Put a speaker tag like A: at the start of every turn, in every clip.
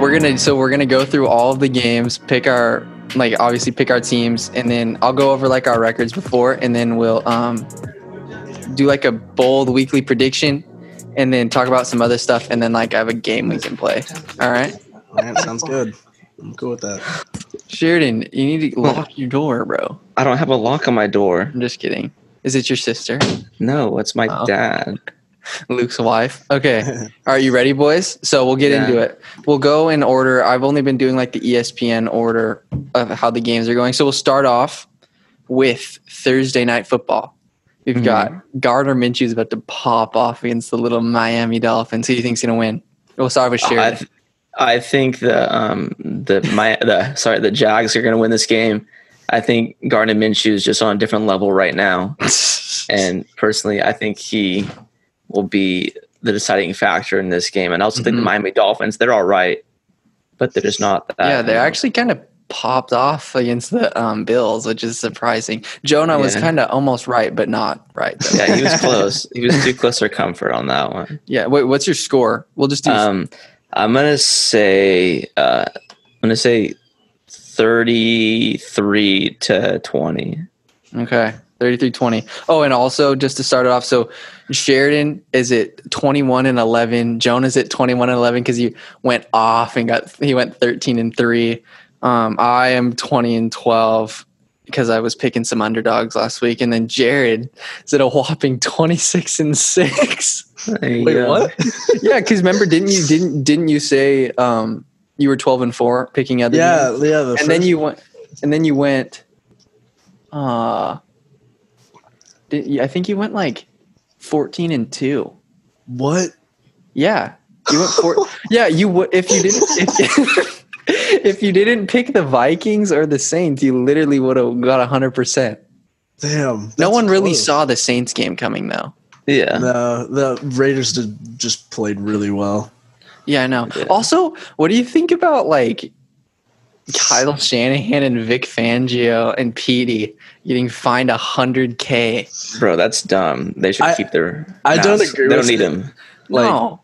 A: we're gonna so we're gonna go through all of the games, pick our like obviously pick our teams, and then I'll go over like our records before, and then we'll um do like a bold weekly prediction, and then talk about some other stuff, and then like I have a game we can play. All right,
B: All right, sounds good. I'm cool with that.
A: Sheridan, you need to lock your door, bro.
C: I don't have a lock on my door.
A: I'm just kidding. Is it your sister,
C: No, it's my
A: Oh.
C: dad.
A: Luke's wife? Okay. Are you ready, boys? So we'll get
C: Yeah.
A: into it. We'll go in order. I've only been doing like the E ESPN order of how the games are going. So we'll start off with Thursday night football. We've
C: Mhm.
A: got Gardner Minshew's about to pop off against the little Miami Dolphins. Who do you think's gonna win? We'll start with
C: I,
A: Sheridan.
C: th- I think the um the my the sorry the Jags are going to win this game. I think Gardner Minshew is just on a different level right now, and personally, I think he will be the deciding factor in this game. And I also think the
A: Mhm.
C: Miami Dolphins they're all right, but they're just not that.
A: yeah, they actually kind of popped off against the um, Bills, which is surprising. Jonah was
C: Yeah.
A: kind of almost right, but not right. though.
C: yeah, he was close. he was too close for comfort on that one.
A: Yeah. Wait, what's your score? We'll just do.
C: Um, I'm gonna say uh, I'm gonna say 33 to 20.
A: okay. 33-20. Oh, and also just to start it off, so Sheridan is at 21 and 11. Jonah's at 21 and 11 cuz he went off and got he went 13 and 3. Um I am 20 and 12 because I was picking some underdogs last week and then Jared is at a whopping 26 and 6.
C: There you
A: Wait,
C: go.
A: what? yeah, cuz remember didn't you didn't didn't you say um you were 12 and 4 picking other games?
B: Yeah, yeah. The
A: and then you went and then you went uh did, you- i think you went like 14 and 2
B: what?
A: yeah you went four yeah you would if you didn't if, if you didn't pick the vikings or the saints you literally would have got 100%
B: Damn.
A: no
B: that's
A: one really
B: close.
A: saw the saints game coming though
C: Yeah.
B: No, the Raiders did, just played really well.
A: yeah i know
C: Yeah.
A: also what do you think about like Kyle Shanahan and Vic Fangio and Petey getting fined hundred k.
C: Bro, that's dumb. They should
B: I-
C: keep their.
B: I don't
C: masks.
B: agree
C: They
B: with
C: don't need
B: it.
C: him.
B: Like
A: no,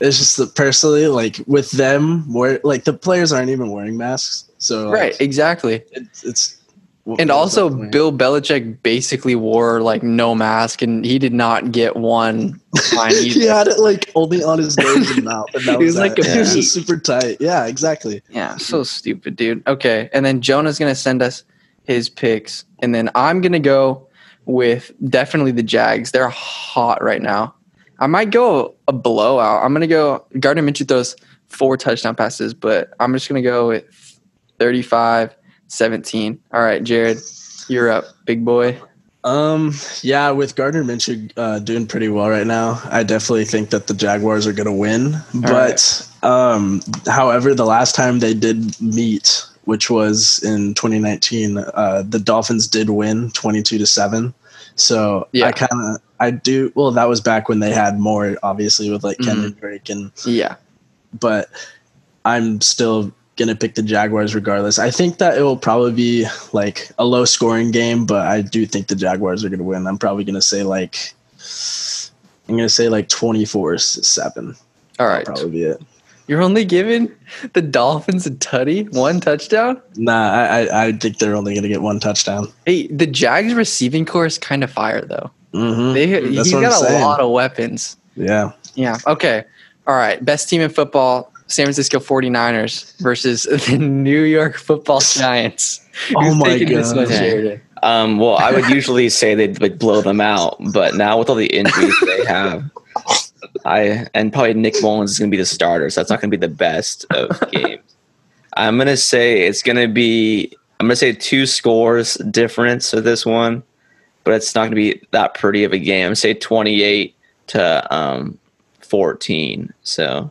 B: it's just that personally, like with them, where like the players aren't even wearing masks, so like,
A: Right, exactly.
B: It's, it's what-
A: And
B: what was
A: also,
B: that point?
A: Bill Belichick basically wore like no mask, and he did not get one fine either.
B: he had it like only on his nose and mouth, and that
A: He
B: was,
A: was like
B: it.
C: a
B: It was
A: bee.
B: just super tight. Yeah, exactly.
A: Yeah, so stupid, dude. Okay, and then Jonah's gonna send us his picks, and then I'm gonna go with definitely the Jags. They're hot right now. I might go a blowout. I'm gonna go Gardner Minshew throws four touchdown passes, but I'm just gonna go with 35, 17. All right, Jared, you're up, big boy.
B: Um, yeah, with Gardner Minshew uh, doing pretty well right now, I definitely think that the Jaguars are going to win. but um, however, the last time they did meet, which was in 2019, uh, the Dolphins did win 22 to seven. So
A: Yeah.
B: I kind of I do well. That was back when they had more, obviously, with like Kendrick Drake and
A: Yeah.
B: but I'm still gonna pick the Jaguars regardless. I think that it will probably be like a low scoring game, but I do think the Jaguars are gonna win. I'm probably gonna say like I'm gonna say like 24 seven.
A: All right.
B: Probably be it.
A: You're only giving the Dolphins a tutty, one touchdown.
B: Nah, I, I I think they're only gonna get one touchdown.
A: Hey, the Jags receiving core is kind of fire though.
B: Mm-hmm.
A: They
B: That's
A: he's
B: what I'm
A: got a
B: saying.
A: lot of weapons.
B: Yeah.
A: Yeah. Okay. All right. Best team in football, San Francisco 49ers versus the New York Football Giants.
B: Oh
A: Who's
B: my
A: taking this one,
B: god.
C: Yeah.
A: Sheridan?
C: Um, well, I would usually say they'd like blow them out, but now with all the injuries they have, I and probably Nick Mullins is going to be the starter, so that's not going to be the best of games. I'm going to say it's going to be. I'm going to say two scores difference of this one, but it's not going to be that pretty of a game. I'm gonna say 28 to um 14. So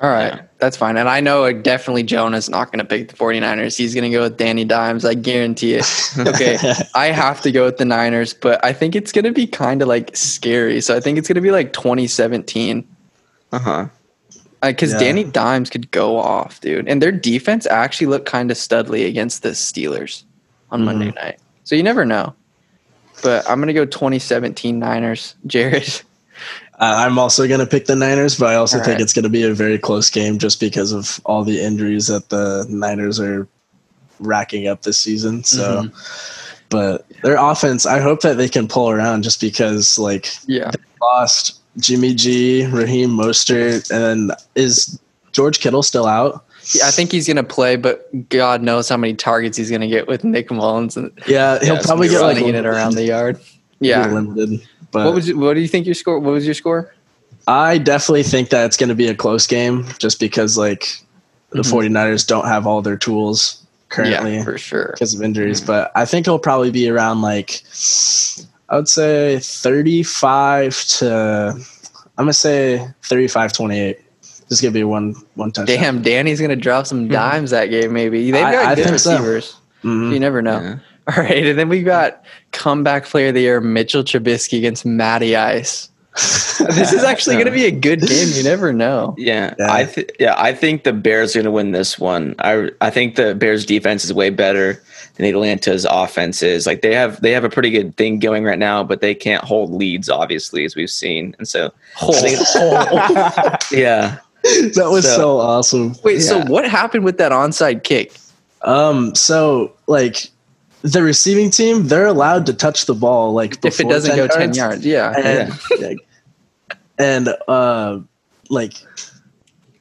A: All right.
C: Yeah.
A: That's fine. And I know uh, definitely Jonah's not going to pick the 49ers. He's going to go with Danny Dimes. I guarantee it. Okay. I have to go with the Niners, but I think it's going to be kind of like scary. So I think it's going to be like 2017.
C: uh huh.
A: Because
B: Yeah.
A: Danny Dimes could go off, dude. And their defense actually looked kind of studly against the Steelers on
B: Mhm.
A: Monday night. So you never know. But I'm going to go 2017 Niners. Jared,
B: Uh, I'm also going to pick the Niners, but I also
A: All
B: think
A: right.
B: it's going to be a very close game just because of all the injuries that the Niners are racking up this season. So,
A: Mm-hmm.
B: but their offense, I hope that they can pull around just because, like,
A: Yeah.
B: lost Jimmy G, Raheem Mostert, and then is George Kittle still out?
A: I think he's gonna play, but God knows how many targets he's gonna get with Nick Mullins and
B: Yeah, he'll
C: Yeah, it's
B: probably
C: gonna
B: get
C: be
B: like
A: running it around the yard.
B: yeah.
A: Yeah.
B: limited. But
A: What was you- what do you think your score? What was your score?
B: I definitely think that it's going to be a close game just because like the
A: Mhm.
B: 49ers don't have all their tools currently
A: yeah, for Mm-hmm. sure.
B: because of injuries, but I think it'll probably be around like I would say 35 to I'm going to say 35-28. This is going to be one one touchdown.
A: Damn, Danny's gonna drop some dimes that game. Maybe they've
B: Hmm. I-
A: got
B: I
A: good
B: think so.
A: receivers.
B: Mhm.
A: You never know.
C: Yeah.
A: All right, and then we got comeback player of the year Mitchell Trubisky against Matty Ice. This is actually going to be a good game. You never know.
C: Yeah,
B: Yeah.
C: I th- yeah, I think the Bears are going to win this one. I I think the Bears defense is way better than Atlanta's offense is. Like they have they have a pretty good thing going right now, but they can't hold leads obviously as we've seen. And so yeah,
B: that was
C: So-
B: so awesome.
A: Wait, so
C: Yeah.
A: what happened with that onside kick?
B: Um, so like the receiving team, they're allowed to touch the ball like
A: If it
B: before
A: doesn't
B: 10
A: go ten
B: yards.
A: yards, yeah,
B: and like, and uh, like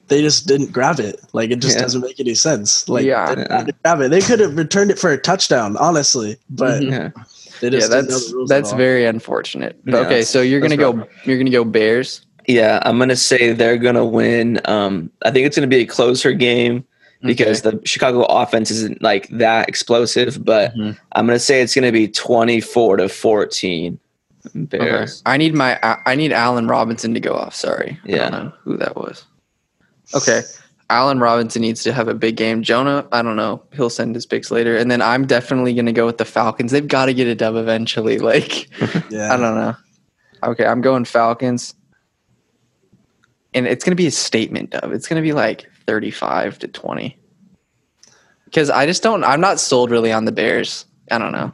B: they just didn't grab it. Like it just
C: Yeah.
B: doesn't make any sense. Like
A: Yeah.
B: they didn't have to grab it. They could have returned it for a touchdown, honestly. But
A: Mhm.
C: yeah.
B: they
A: yeah,
B: just didn't know
A: that's
B: the rules at
A: that's
B: all.
A: very unfortunate. But
C: Yeah,
A: okay,
C: that's-
A: so you're
C: that's
A: gonna go
C: rough.
A: you're gonna go Bears.
C: Yeah, I'm gonna say they're gonna win. Um, I think it's gonna be a closer game because the Chicago offense isn't like that explosive. But
A: Mhm.
C: I'm gonna say it's gonna be 24 to 14.
A: Okay.
C: Bears.
A: I need my I need Allen Robinson to go off. Sorry,
C: Yeah.
A: I don't know who that was. Okay, Allen Robinson needs to have a big game. Jonah, I don't know. He'll send his picks later, and then I'm definitely gonna go with the Falcons. They've got to get a dub eventually. Like
B: yeah.
A: I don't know. Okay, I'm going Falcons, and it's gonna be a statement dub. It's gonna be like 35 to 20. Because I just don't. I'm not sold really on the Bears. I don't know.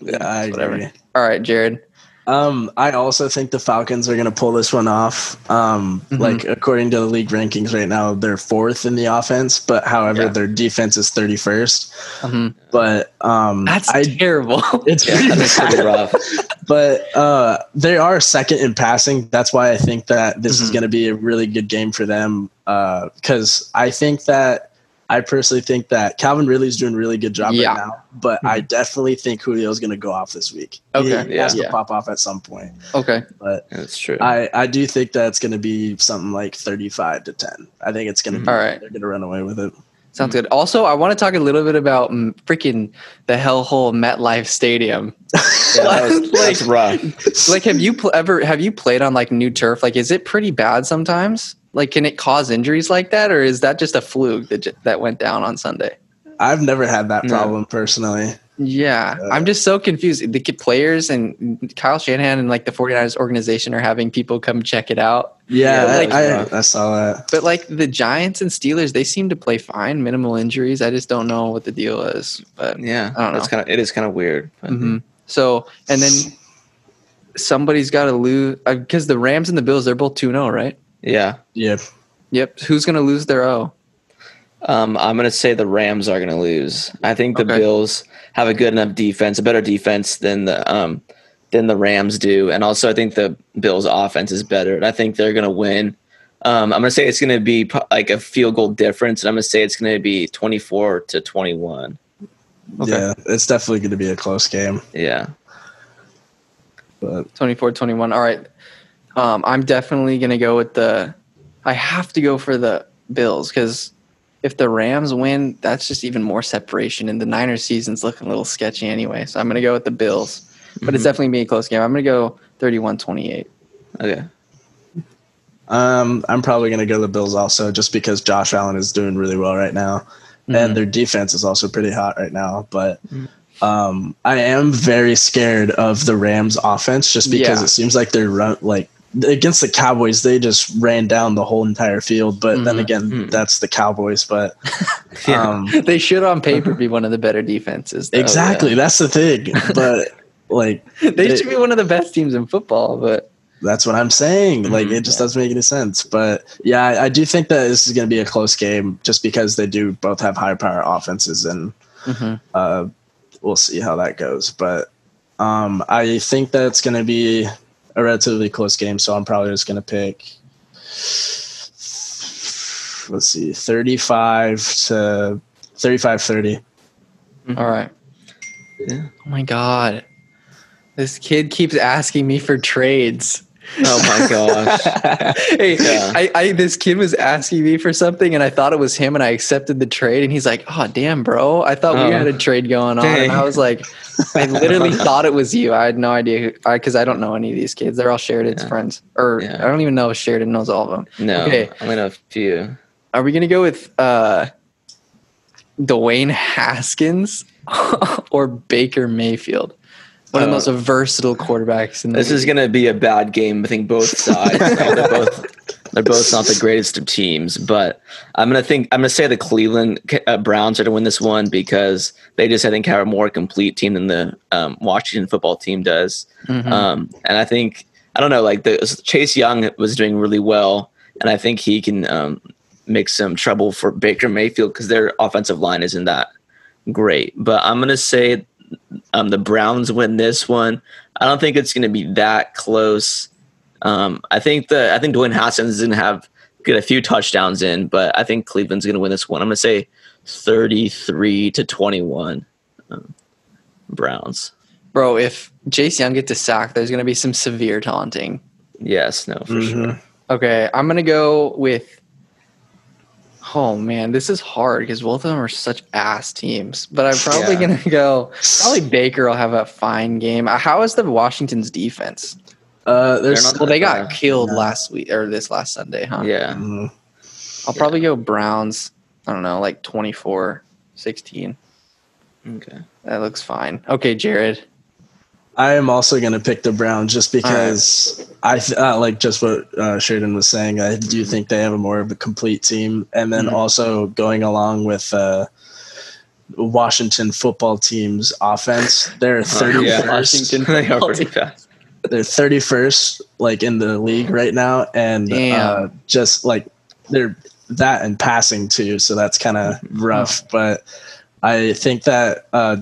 B: Yeah, I
A: Whatever.
B: agree.
A: All right, Jared.
B: Um, I also think the Falcons are going to pull this one off. Um,
A: Mhm.
B: Like according to the league rankings right now, they're fourth in the offense, but however,
A: Yeah.
B: their defense is thirty first.
A: Mhm.
B: But um,
A: That's
B: I,
A: terrible.
B: it's
C: Yeah,
B: pretty
C: that's
B: bad.
C: pretty rough.
B: but uh, they are second in passing. That's why I think that this is
A: Mhm.
B: going to be a really good game for them. Because I think that I personally think that Calvin Ridley's doing a really good job
A: Yeah.
B: right now. But I definitely think Julio's going to go off this week.
A: Okay,
B: he has
A: yeah.
B: to pop off at some point.
A: Okay.
B: But
C: That's true.
B: I I do think that's going to be something like thirty-five to ten. I think it's going to be.
A: All right.
B: They're going to run away with it.
A: Sounds good. Also, I want to talk a little bit about mm, freaking the hellhole MetLife Stadium.
C: Yeah, that was- that's rough.
A: Like, have you pl- ever have you played on like new turf? Like, is it pretty bad sometimes? Like, can it cause injuries like that, or is that just a fluke that j- that went down on Sunday?
B: I've never had that
C: No.
B: problem personally.
A: Yeah, I'm just so confused. The ki- players and Kyle Shanahan and like the 49ers organization are having people come check it out.
B: Yeah,
A: Yeah,
B: I-
A: like-
B: I, I saw that.
A: But like the Giants and Steelers, they seem to play fine, minimal injuries. I just don't know what the deal is. But
C: Yeah,
A: I don't
C: that's
A: know.
C: kind of it is kind of weird. but-
A: hmm So and then somebody's got to lose because the Rams and the Bills they're both 2-0, right?
C: Yeah,
B: Yeah,
A: Yep. Who's gonna lose their oh? O?
C: um, I'm gonna say the Rams are gonna lose. I think the
A: Okay.
C: Bills have a good enough defense, a better defense than the um than the Rams do, and also I think the Bills' offense is better, and I think they're gonna win. Um, I'm gonna say it's gonna be pro- like a field goal difference, and I'm gonna say it's gonna be 24 to 21.
A: Okay.
B: yeah, it's definitely going to be a close game.
C: Yeah,
B: But
A: 24-21. All right. Um, I'm definitely gonna go with the I have to go for the Bills because if the Rams win, that's just even more separation and the Niners season's looking a little sketchy anyway. So I'm gonna go with the Bills. But it's definitely gonna be a close game. I'm gonna go 31-28.
C: okay.
B: Um, I'm probably going to go to the Bills also, just because Josh Allen is doing really well right now,
A: Mm.
B: and their defense is also pretty hot right now. But um, I am very scared of the Rams' offense, just because
A: Yeah.
B: it seems like they're run like against the Cowboys. They just ran down the whole entire field, but then
A: Mhm.
B: again,
C: Mhm.
B: that's the Cowboys. But
C: Yeah.
B: um,
A: they should on paper be one of the better defenses. though.
B: exactly, that's the thing. But like,
A: they
B: They-
A: should be one of the best teams in football, but
B: That's what I'm saying. Like
C: Mhm,
B: it just doesn't make any sense. But yeah, I, I do think that this is going to be a close game just because they do both have high power offenses, and
A: Mhm.
B: uh, we'll see how that goes. But um, I think that it's going to be a relatively close game. So I'm probably just going to pick. Let's see, 35 to 35 30.
A: All right.
C: Yeah.
A: Oh my god. This kid keeps asking me for trades.
C: Oh my gosh.
A: hey,
C: Yeah.
A: I, I this kid was asking me for something and I thought it was him and I accepted the trade and he's like, Oh damn, bro. I thought
C: Oh.
A: we had a trade going on.
C: Dang.
A: And I was like, I literally thought it was you. I had no idea who I because I don't know any of these kids. They're all Sheridan's
C: Yeah.
A: friends. Or
C: Yeah.
A: I don't even know if Sheridan knows all of them.
C: No,
A: Okay.
C: I'm gonna few.
A: Are we gonna go with uh Dwayne Haskins or Baker Mayfield? One of the
C: Oh.
A: most versatile quarterbacks in the
C: This is
A: league.
C: gonna be a bad game. I think both sides. Like, they're both they're both not the greatest of teams, but I'm gonna think I'm gonna say the Cleveland uh, Browns are to win this one because they just I think have a more complete team than the um, Washington football team does.
A: Mhm.
C: Um, and I think I don't know, like the Chase Young was doing really well, and I think he can um, make some trouble for Baker Mayfield because their offensive line isn't that great. But I'm gonna say um, the Browns win this one. I don't think it's gonna be that close. Um, I think the I think Dwayne Haskins is gonna have get a few touchdowns in, but I think Cleveland's gonna win this one. I'm gonna say 33 to 21. Um, Browns.
A: Bro, if Jace Young gets a sack, there's gonna be some severe taunting.
C: Yes, no, for sure.
B: Mhm.
A: Okay, I'm gonna go with. Oh man, this is hard because both of them are such ass teams. But I'm probably
C: Yeah.
A: gonna go. Probably Baker will have a fine game. Uh, How is the Washington's defense?
B: Uh, there's
C: They're not-
A: Well, they got
C: Uh,
A: killed
B: no.
A: last week or this last Sunday, huh?
C: Yeah.
B: Mhm.
A: I'll probably go Browns. I don't know, like 24, 16.
C: Okay.
A: That looks fine. Okay, Jared.
B: I am also going to pick the Browns just because I th- uh, like just what uh, Sheridan was saying. I do think they have a more of a complete team, and then
A: Mhm.
B: also going along with uh, Washington football team's offense, they're thirty
C: Uh, yeah.
B: first.
A: Washington
C: they are
A: football
C: pretty
A: team.
C: fast.
B: They're thirty first, like in the league right now, and uh,
A: Damn.
B: just like they're that and passing too. So that's kind of
A: Mm-hmm.
B: rough, but I think that uh,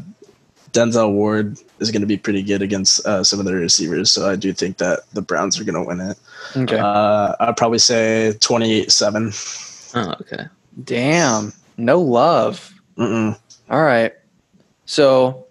B: Denzel Ward is going to be pretty good against uh, some of the receivers. So I do think that the Browns are going to win it.
A: Okay.
B: Uh, I'd probably say 28 7.
C: Oh, okay.
A: Damn, no love.
B: Mm-mm.
A: All right. So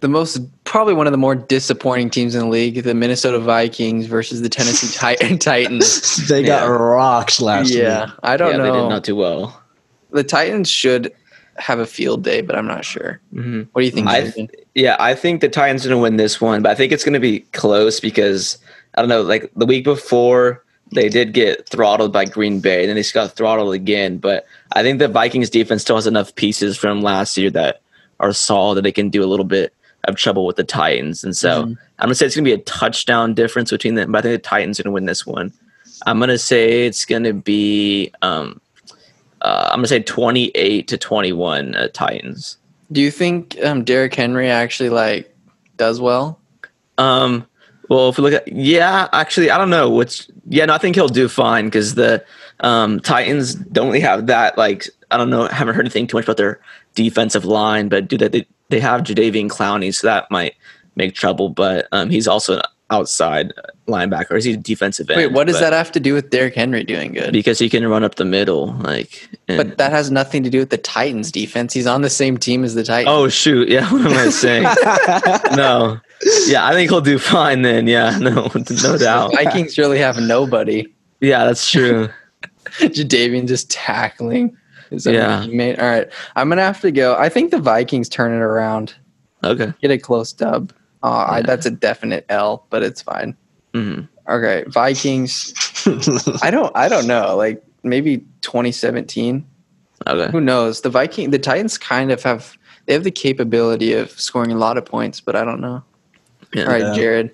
A: the most probably one of the more disappointing teams in the league, the Minnesota Vikings versus the Tennessee Tit- Titans.
B: They got
C: Yeah.
B: rocked last
A: yeah,
B: week.
A: I don't
C: yeah,
A: know.
C: they did not do well.
A: the Titans should have a field day, but I'm not sure.
C: hmm
A: What do you think?
C: I-
A: Jason?
C: Yeah, I think the Titans are going to win this one, but I think it's going to be close because I don't know. Like the week before, they did get throttled by Green Bay, and then they just got throttled again. But I think the Vikings defense still has enough pieces from last year that are solid that they can do a little bit of trouble with the Titans. And so
A: Mhm.
C: I'm going to say it's going to be a touchdown difference between them, but I think the Titans are going to win this one. I'm going to say it's going to be. Um, uh, I'm gonna say 28 to 21 uh, Titans.
A: do you think um, Derrick Henry actually like does well?
C: Um, well, if we look at yeah, actually, I don't know what's yeah. No, I think he'll do fine because the um, Titans don't really have that. Like I don't know, haven't heard anything too much about their defensive line, but do that they they have Jadavian Clowney, so that might make trouble. But um, he's also an outside linebacker. Is he a defensive end?
A: Wait, what does
C: but-
A: that have to do with Derrick Henry doing good?
C: Because he can run up the middle, like. and-
A: but that has nothing to do with the Titans defense. He's on the same team as the Titans.
C: oh shoot! Yeah, what am I saying? no, yeah, I think he'll do fine then. Yeah, no, no doubt.
A: Vikings really have nobody.
C: Yeah, that's true.
A: Jadavian just tackling. Is
C: Yeah.
A: All right. I'm going to have to go. I think the Vikings turn it around,
C: Okay.
A: get a close dub. Uh, I,
C: Yeah.
A: that's a definite L, but it's fine.
C: hmm
A: Okay. Vikings. I don't, I don't know. Like maybe 2017.
C: Okay.
A: Who knows? The Viking, the Titans kind of have, they have the capability of scoring a lot of points, but I don't know.
C: Yeah. Mm.
A: All right,
B: Yeah.
A: Jared.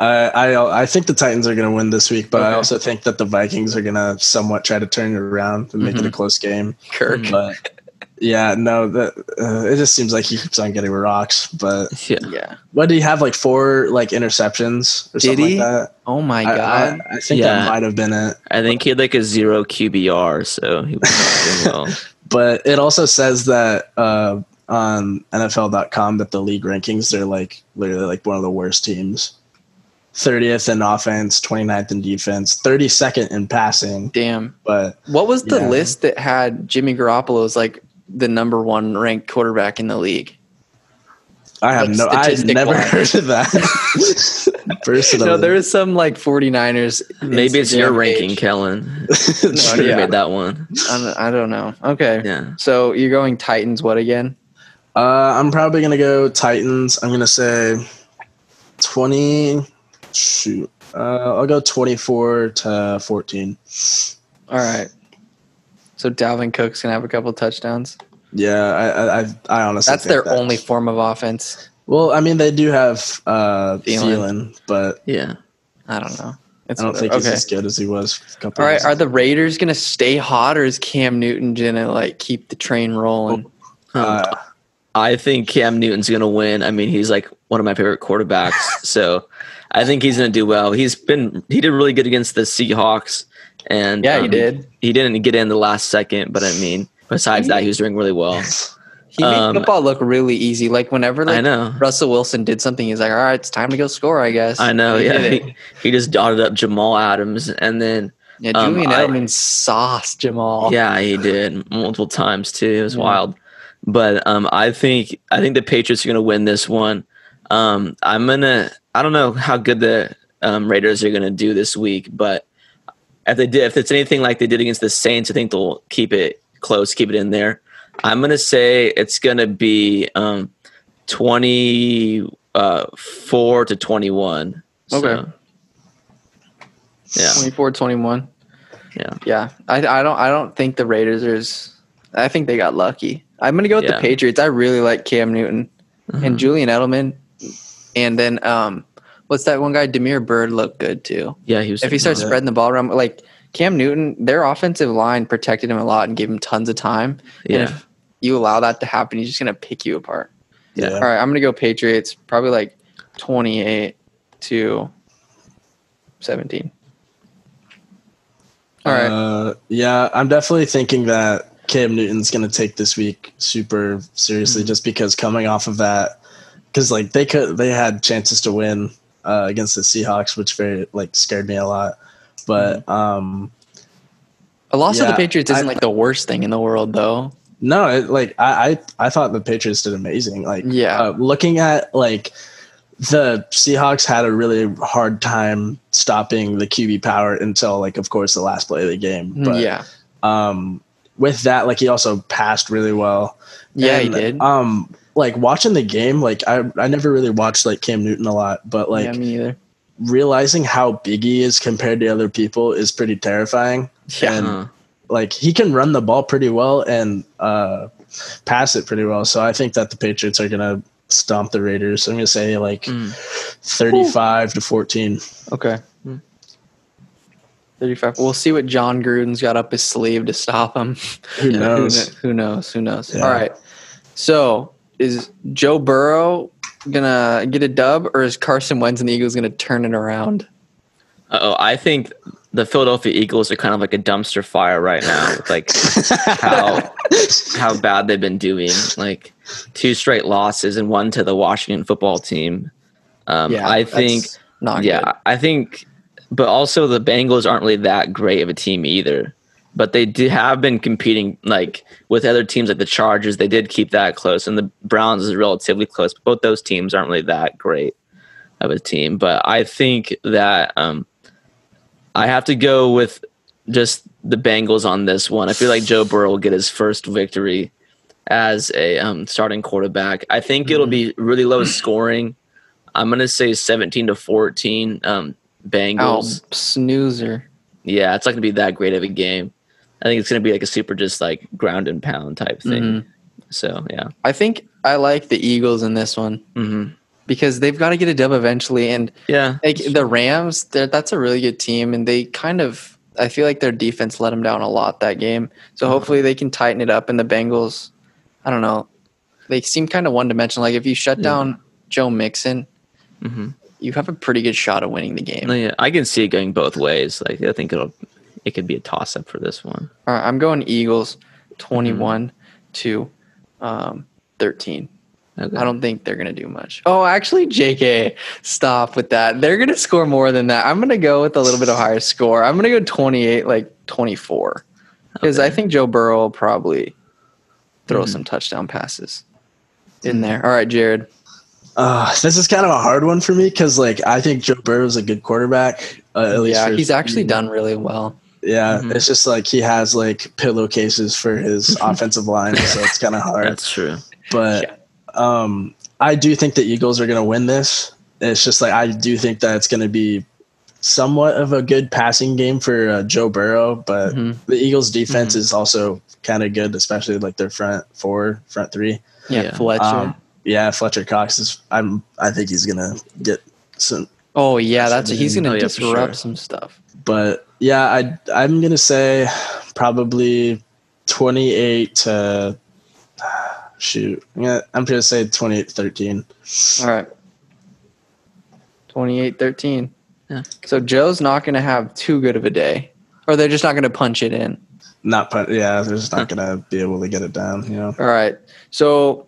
B: I, I I think the Titans are going to win this week, but I
A: Okay.
B: also think
A: Mm-hmm.
B: that the Vikings are going to somewhat try to turn it around and make it a close game.
A: Kirk.
B: But Yeah, no, that uh, it just seems like he keeps on getting rocks. But
C: Yeah.
A: Yeah.
B: what did he have like four like interceptions or
A: Did
B: something
A: he?
B: like that?
A: Oh my
B: I-
A: god.
B: I, I think
C: Yeah.
B: that might have been it.
C: I think he had like a zero QBR, so he was not doing well.
B: But it also says that uh, on NFL.com that the league rankings they're like literally like one of the worst teams. 30th in offense, 29th in defense, 32nd in passing.
A: Damn.
B: But
A: What was the
B: Yeah.
A: list that had Jimmy Garoppolo as like the number one ranked quarterback in the league?
B: I have
A: Like,
B: no, I've
A: statistic-wise.
B: never heard of that. Personally,
A: No, there was some like 49ers.
C: Maybe it's your
A: Instagram
C: ranking,
A: page.
C: Kellen.
A: No,
C: Should
A: Uh, yeah.
C: have made that one.
A: I don't- I don't know. Okay.
C: Yeah.
A: So you're going Titans, what again?
B: Uh, I'm probably gonna go Titans. I'm gonna say twenty. Shoot, uh, I'll go twenty-four to fourteen.
A: All right. So Dalvin Cook's gonna have a couple touchdowns.
B: Yeah, I, I, I, I honestly
A: That's
B: think
A: their
B: that-
A: only form of offense.
B: Well, I mean, they do have uh,
A: Thielen.
B: Thielen, but
C: Yeah.
A: I don't know. It's
B: I don't think he's
A: whatever. okay.
B: as good as he was. A couple
A: All right.
B: years
A: Are
B: ago.
A: the Raiders gonna stay hot, or is Cam Newton gonna like keep the train rolling?
C: Um,
B: Uh,
C: I think Cam Newton's going to win. I mean, he's like one of my favorite quarterbacks. so I think he's going to do well. He's been, he did really good against the Seahawks. And
A: yeah, he
C: um,
A: did.
C: He didn't get in the last second, but I mean, besides that, he was doing really well.
A: He made
C: um,
A: football look really easy. Like whenever
C: I
A: like
C: know.
A: Russell Wilson did something, he's like, "All right, it's time to go score." I guess.
C: I know.
A: He
C: Yeah.
A: did it.
C: He, he just dotted up Jamal Adams and then
A: Yeah,
C: Um,
A: Julian
C: I-
A: Edelman sauced Jamal.
C: Yeah, he did multiple times too. It was
A: Yeah.
C: wild. But um, I think I think the Patriots are going to win this one. Um, I'm gonna. I don't know how good the um, Raiders are going to do this week, but if they did, if it's anything like they did against the Saints, I think they'll keep it close, keep it in there. I'm going to say it's going to be um, 24 to 21.
A: Okay.
C: yeah.
A: 24-21.
C: Yeah.
A: Yeah. I I don't I don't think the Raiders are as- I think they got lucky. I'm gonna go with
C: Yeah.
A: the Patriots. I really like Cam Newton and
C: Mhm.
A: Julian Edelman. And then um what's that one guy? Demir Bird looked good too.
C: yeah, he was.
A: If he starts
B: Yeah.
A: spreading the ball around like Cam Newton, their offensive line protected him a lot and gave him tons of time. And
C: yeah,
A: if you allow that to happen, he's just gonna pick you apart.
B: yeah,
A: All right, I'm gonna go Patriots, probably like twenty eight to seventeen. All right.
B: Uh, yeah, I'm definitely thinking that Cam Newton's going to take this week super
A: Mm-hmm.
B: seriously, just because coming off of that, because like they could, they had chances to win uh, against the Seahawks, which very like scared me a lot.
A: Mm-hmm.
B: But um,
A: a loss to the
B: yeah,
A: Patriots isn't
B: I-
A: like the worst thing in the world, though.
B: no, it, like I, I, I thought the Patriots did amazing. Like,
A: Yeah.
B: uh, looking at like the Seahawks had a really hard time stopping the QB power until like, of course, the last play of the game. But
A: yeah,
B: um, with that, like he also passed really well.
A: yeah, he
B: And,
A: did.
B: Um, like watching the game, like I, I never really watched like Cam Newton a lot, but like
A: yeah, me neither.
B: realizing how big he is compared to other people is pretty terrifying.
A: Yeah,
B: and-
C: Uh,
B: Like he can run the ball pretty well and uh, pass it pretty well. So I think that the Patriots are gonna stomp the Raiders. I'm gonna say like
A: Hmm.
C: mm.
B: 35 to 14.
A: okay.
C: Hmm.
A: Thirty-five. We'll see what John Gruden's got up his sleeve to stop him.
B: Who
A: Who,
B: knows?
A: kn- who knows? Who knows?
B: Yeah.
A: All right. So is Joe Burrow gonna get a dub, or is Carson Wentz and the Eagles gonna turn it around?
C: Oh, I think the Philadelphia Eagles are kind of like a dumpster fire right now. with, Like how how bad they've been doing. Like two straight losses and one to the Washington football team. Um, I think
A: that's not
C: yeah,
A: good.
C: I think, but also the Bengals aren't really that great of a team either. But they do have been competing like with other teams like the Chargers. They did keep that close, and the Browns is relatively close. Both those teams aren't really that great of a team. But I think that um, I have to go with just the Bengals on this one. I feel like Joe Burrow will get his first victory as a um, starting quarterback. I think it'll
A: Mm-hmm.
C: be really low scoring. I'm gonna say 17 to 14 um,
A: Oh,
C: Bengals.
A: snoozer.
C: Yeah, it's not gonna be that great of a game. I think it's gonna be like a super just like ground and pound type thing.
A: Mhm.
C: So yeah,
A: I think I like the Eagles in this one
C: hmm
A: because they've got to get a dub eventually. And
C: yeah,
A: like the Rams, they're- that's a really good team, and they kind of
C: Mm-hmm.
A: I feel like their defense let them down a lot that game. So hopefully they can tighten it up. And the Bengals, I don't know. They seem kind of one dimensional. Like if you shut
C: Yeah.
A: down Joe Mixon,
C: hmm
A: you have a pretty good shot of winning the game.
C: No, yeah, I can see it going both ways. Like I think it'll it could be a toss up for this one.
A: All right, Uh, I'm going Eagles 21
C: Mm-hmm.
A: to um, 13.
C: Okay.
A: I don't think they're going to do much. Oh, actually, JK, stop with that. They're going to score more than that. I'm going to go with a little bit of higher score. I'm going to go 28, like 24. Because I
C: Okay.
A: think Joe Burrow will probably throw
C: Mhm.
A: some touchdown passes in there. All right, Jared.
B: Uh, this is kind of a hard one for me because, like, I think Joe Burrow's a good quarterback. Uh, at least
A: Yeah,
B: for-
A: he's actually done Mm-hmm. really well.
B: Yeah,
C: Mhm.
B: it's just like he has like pillowcases for his offensive line, so it's kind of hard.
C: That's true.
B: But um, I do think the Eagles are going to win this. It's just like I do think that it's going to be somewhat of a good passing game for uh, Joe Burrow, but
A: Mhm.
B: the Eagles' defense is also kind of good, especially like their front four, front three.
A: Yeah,
C: Yeah.
A: Fletcher.
B: Um, yeah, Fletcher Cox is. I'm. I think he's gonna get some.
A: oh, yeah, that's he's going to
C: Oh, yeah, for
A: disrupt
C: sure.
A: some stuff.
B: But yeah, I. I'm gonna say probably 28 to. Shoot, yeah, I'm gonna say 28 13.
A: All right. 28 13.
C: Yeah.
A: So Joe's not going to have too good of a day, or they're just not going to punch it in.
B: Not put. Yeah, they're just not gonna be able to get it down. You know.
A: All right. So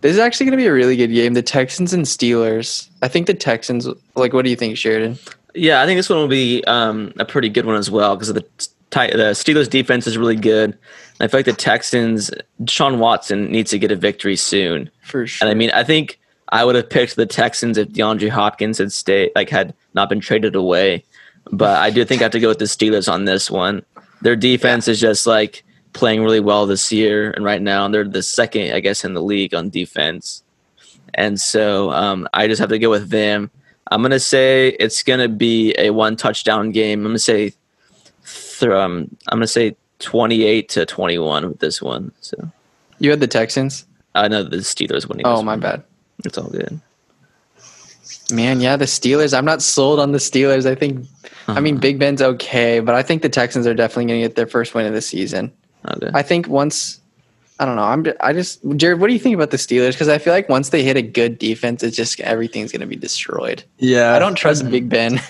A: this is actually going to be a really good game. The Texans and Steelers. I think the Texans, like, what do you think, Sheridan?
C: Yeah, I think this one will be um, a pretty good one as well because the ti- the Steelers defense is really good. And I feel like the Texans, Deshaun Watson needs to get a victory soon.
A: For
C: And
A: sure.
C: I mean, I think I would have picked the Texans if DeAndre Hopkins had stayed, like had not been traded away. But I do think I have to go with the Steelers on this one. Their defense is just like playing really well this year, and right now they're the second, I guess, in the league on defense. And so um, I just have to go with them. I'm gonna say it's gonna be a one touchdown game. I'm gonna say, th- um, I'm gonna say 28 to 21 with this one. So
A: You had the Texans?
C: I know the Steelers winning.
A: Oh,
C: this
A: my
C: one.
A: bad.
C: It's all good.
A: Man, yeah, the Steelers. I'm not sold on the Steelers. I think, I
C: Uh-huh.
A: mean, Big Ben's okay, but I think the Texans are definitely going to get their first win of the season.
C: Okay.
A: I think once I don't know. I'm ju- I just Jared. What do you think about the Steelers? Because I feel like once they hit a good defense, it's just everything's going to be destroyed.
B: Yeah.
A: I don't trust
C: Mm-hmm.
A: Big Ben.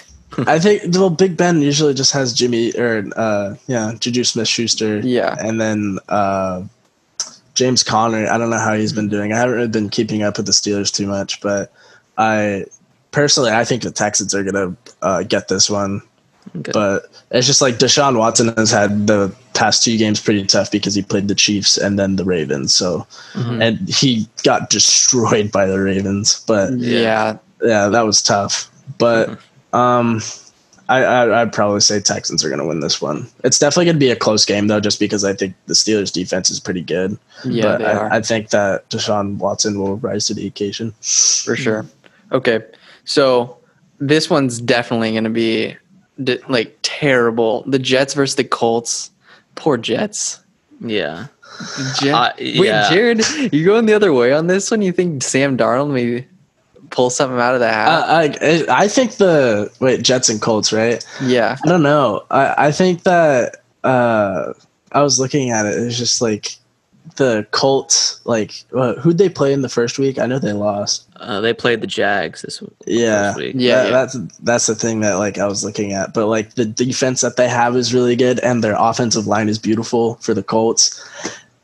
B: I think well, Big Ben usually just has Jimmy or uh, yeah, Juju Smith Schuster.
A: Yeah.
B: and then uh, James Conner. I don't know how he's been doing. I haven't really been keeping up with the Steelers too much, but I personally I think the Texans are gonna uh, get this one.
C: Okay.
B: But it's just like Deshaun Watson has had the past two games pretty tough because he played the Chiefs and then the Ravens. So
A: Mhm.
B: and he got destroyed by the Ravens. But
A: Yeah,
B: yeah, that was tough. But
A: Mm-hmm.
B: um, I, I I'd probably say Texans are going to win this one. It's definitely going to be a close game though, just because I think the Steelers defense is pretty good.
A: yeah,
B: but
A: they
B: I,
A: are
B: I think that Deshaun Watson will rise to the occasion.
A: for sure. Mm-hmm. Okay, so this one's definitely going to be di- like terrible. The Jets versus the Colts. Poor Jets.
C: Yeah.
A: The Jet-
C: Uh, yeah.
A: Wait, Jared, you going the other way on this one? You think Sam Darnold may pull something out of the
C: Uh,
A: hat?
B: I, Uh, I I think the wait Jets and Colts right.
A: yeah.
B: I don't know. I I think that uh I was looking at it. It's just like the Colts. Like uh, who'd they play in the first week? I know they lost.
C: Uh, they played the Jags this w-
B: Yeah.
C: this week.
A: Yeah,
B: That- that's that's the thing that like I was looking at. But like the defense that they have is really good, and their offensive line is beautiful for the Colts.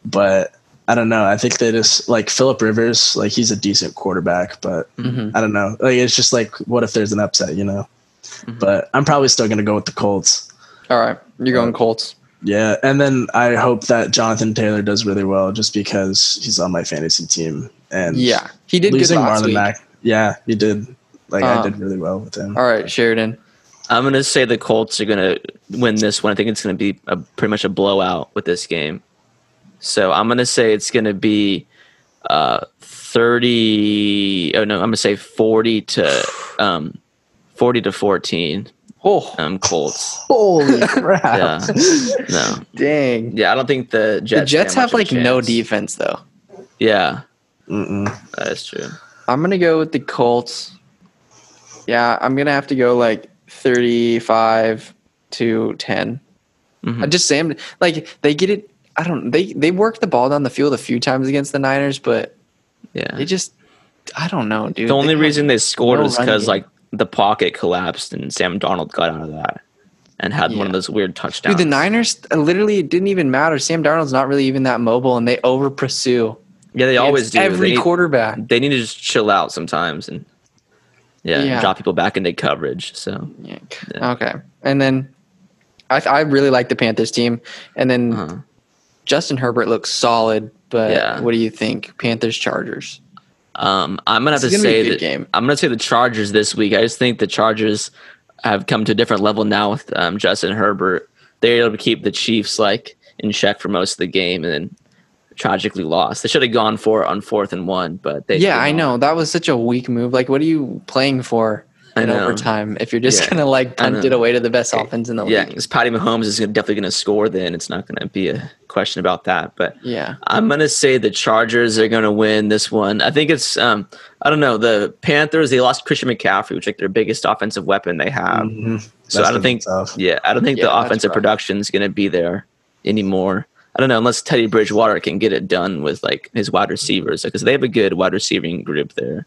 B: But I don't know. I think they just like Philip Rivers. Like he's a decent quarterback, but
C: mm-hmm.
A: Mhm.
B: I don't know. Like it's just like what if there's an upset, you know?
A: Mm-hmm.
B: But I'm probably still gonna go with the Colts.
A: All right, you're going
C: Uh,
A: Colts.
B: Yeah, and then I hope that Jonathan Taylor does really well, just because he's on my fantasy team. And
A: Yeah, he did good
B: losing
A: last
B: Marlon
A: week.
B: Mack. Yeah, he did. Like I
A: Uh,
B: did really well with him.
A: All right, Sheridan.
C: I'm gonna say the Colts are gonna win this one. I think it's gonna be a, pretty much a blowout with this game. So I'm gonna say it's gonna be uh, 30. Oh no, I'm gonna say 40 to um, 40 to 14.
A: Oh,
C: Um, Colts.
B: Holy crap!
C: Yeah. No.
A: dang.
C: Yeah, I don't think the Jets.
A: the Jets
C: much
A: have
C: of a
A: like no
C: chance.
A: defense though.
C: Yeah,
B: Mm-mm.
C: that is true.
A: I'm gonna go with the Colts. Yeah, I'm gonna have to go like 35 to 10.
C: Mhm. Mm-hmm.
A: I just Sam like they get it. I don't. They they worked the ball down the field a few times against the Niners, but
C: Yeah.
A: they just. I don't know, dude.
C: the only
A: They-
C: reason they scored
A: no
C: was
A: run
C: because
A: game.
C: like the pocket collapsed and Sam Donald got out of that and had one
A: Yeah.
C: of those weird touchdowns.
A: Dude, the Niners uh, literally it didn't even matter. Sam Darnold's not really even that mobile, and they over pursue.
C: Yeah, they always do.
A: Every
C: they,
A: quarterback.
C: they need to just chill out sometimes and yeah, and
A: Yeah.
C: drop people back into coverage. So
A: Yeah. Okay, and then I I really like the Panthers team, and then
C: uh,
A: Justin Herbert looks solid. But
C: Yeah.
A: what do you think, Panthers Chargers?
C: um, I'm gonna have
A: This
C: to
A: is gonna be a
C: say
A: good
C: that
A: game.
C: I'm gonna say the Chargers this week. I just think the Chargers have come to a different level now with um, Justin Herbert. They're able to keep the Chiefs like in check for most of the game and then tragically lost. They should have gone for it on fourth and one, but they
A: yeah,
C: did
A: I
C: not.
A: know that was such a weak move. Like, what are you playing for
C: I
A: in
C: know.
A: overtime if you're just
C: Yeah.
A: gonna like
C: I
A: punt
C: know.
A: it away to the best offense in the
C: Yeah,
A: league?
C: because Patty Mahomes is gonna- definitely going to score. Then it's not going to be a question about that. But
A: Yeah,
C: I'm going to say the Chargers are going to win this one. I think it's um I don't know the Panthers. They lost Christian McCaffrey, which is like their biggest offensive weapon they have.
B: Mhm.
C: Mm-hmm. So
B: That's
C: I don't
B: gonna be
C: think
B: tough.
C: yeah I don't think
A: Mm. Yeah,
C: the
A: that's
C: offensive
A: rough.
C: production is going to be there anymore. I don't know unless Teddy Bridgewater can get it done with like his wide receivers because they have a good wide receiving group there,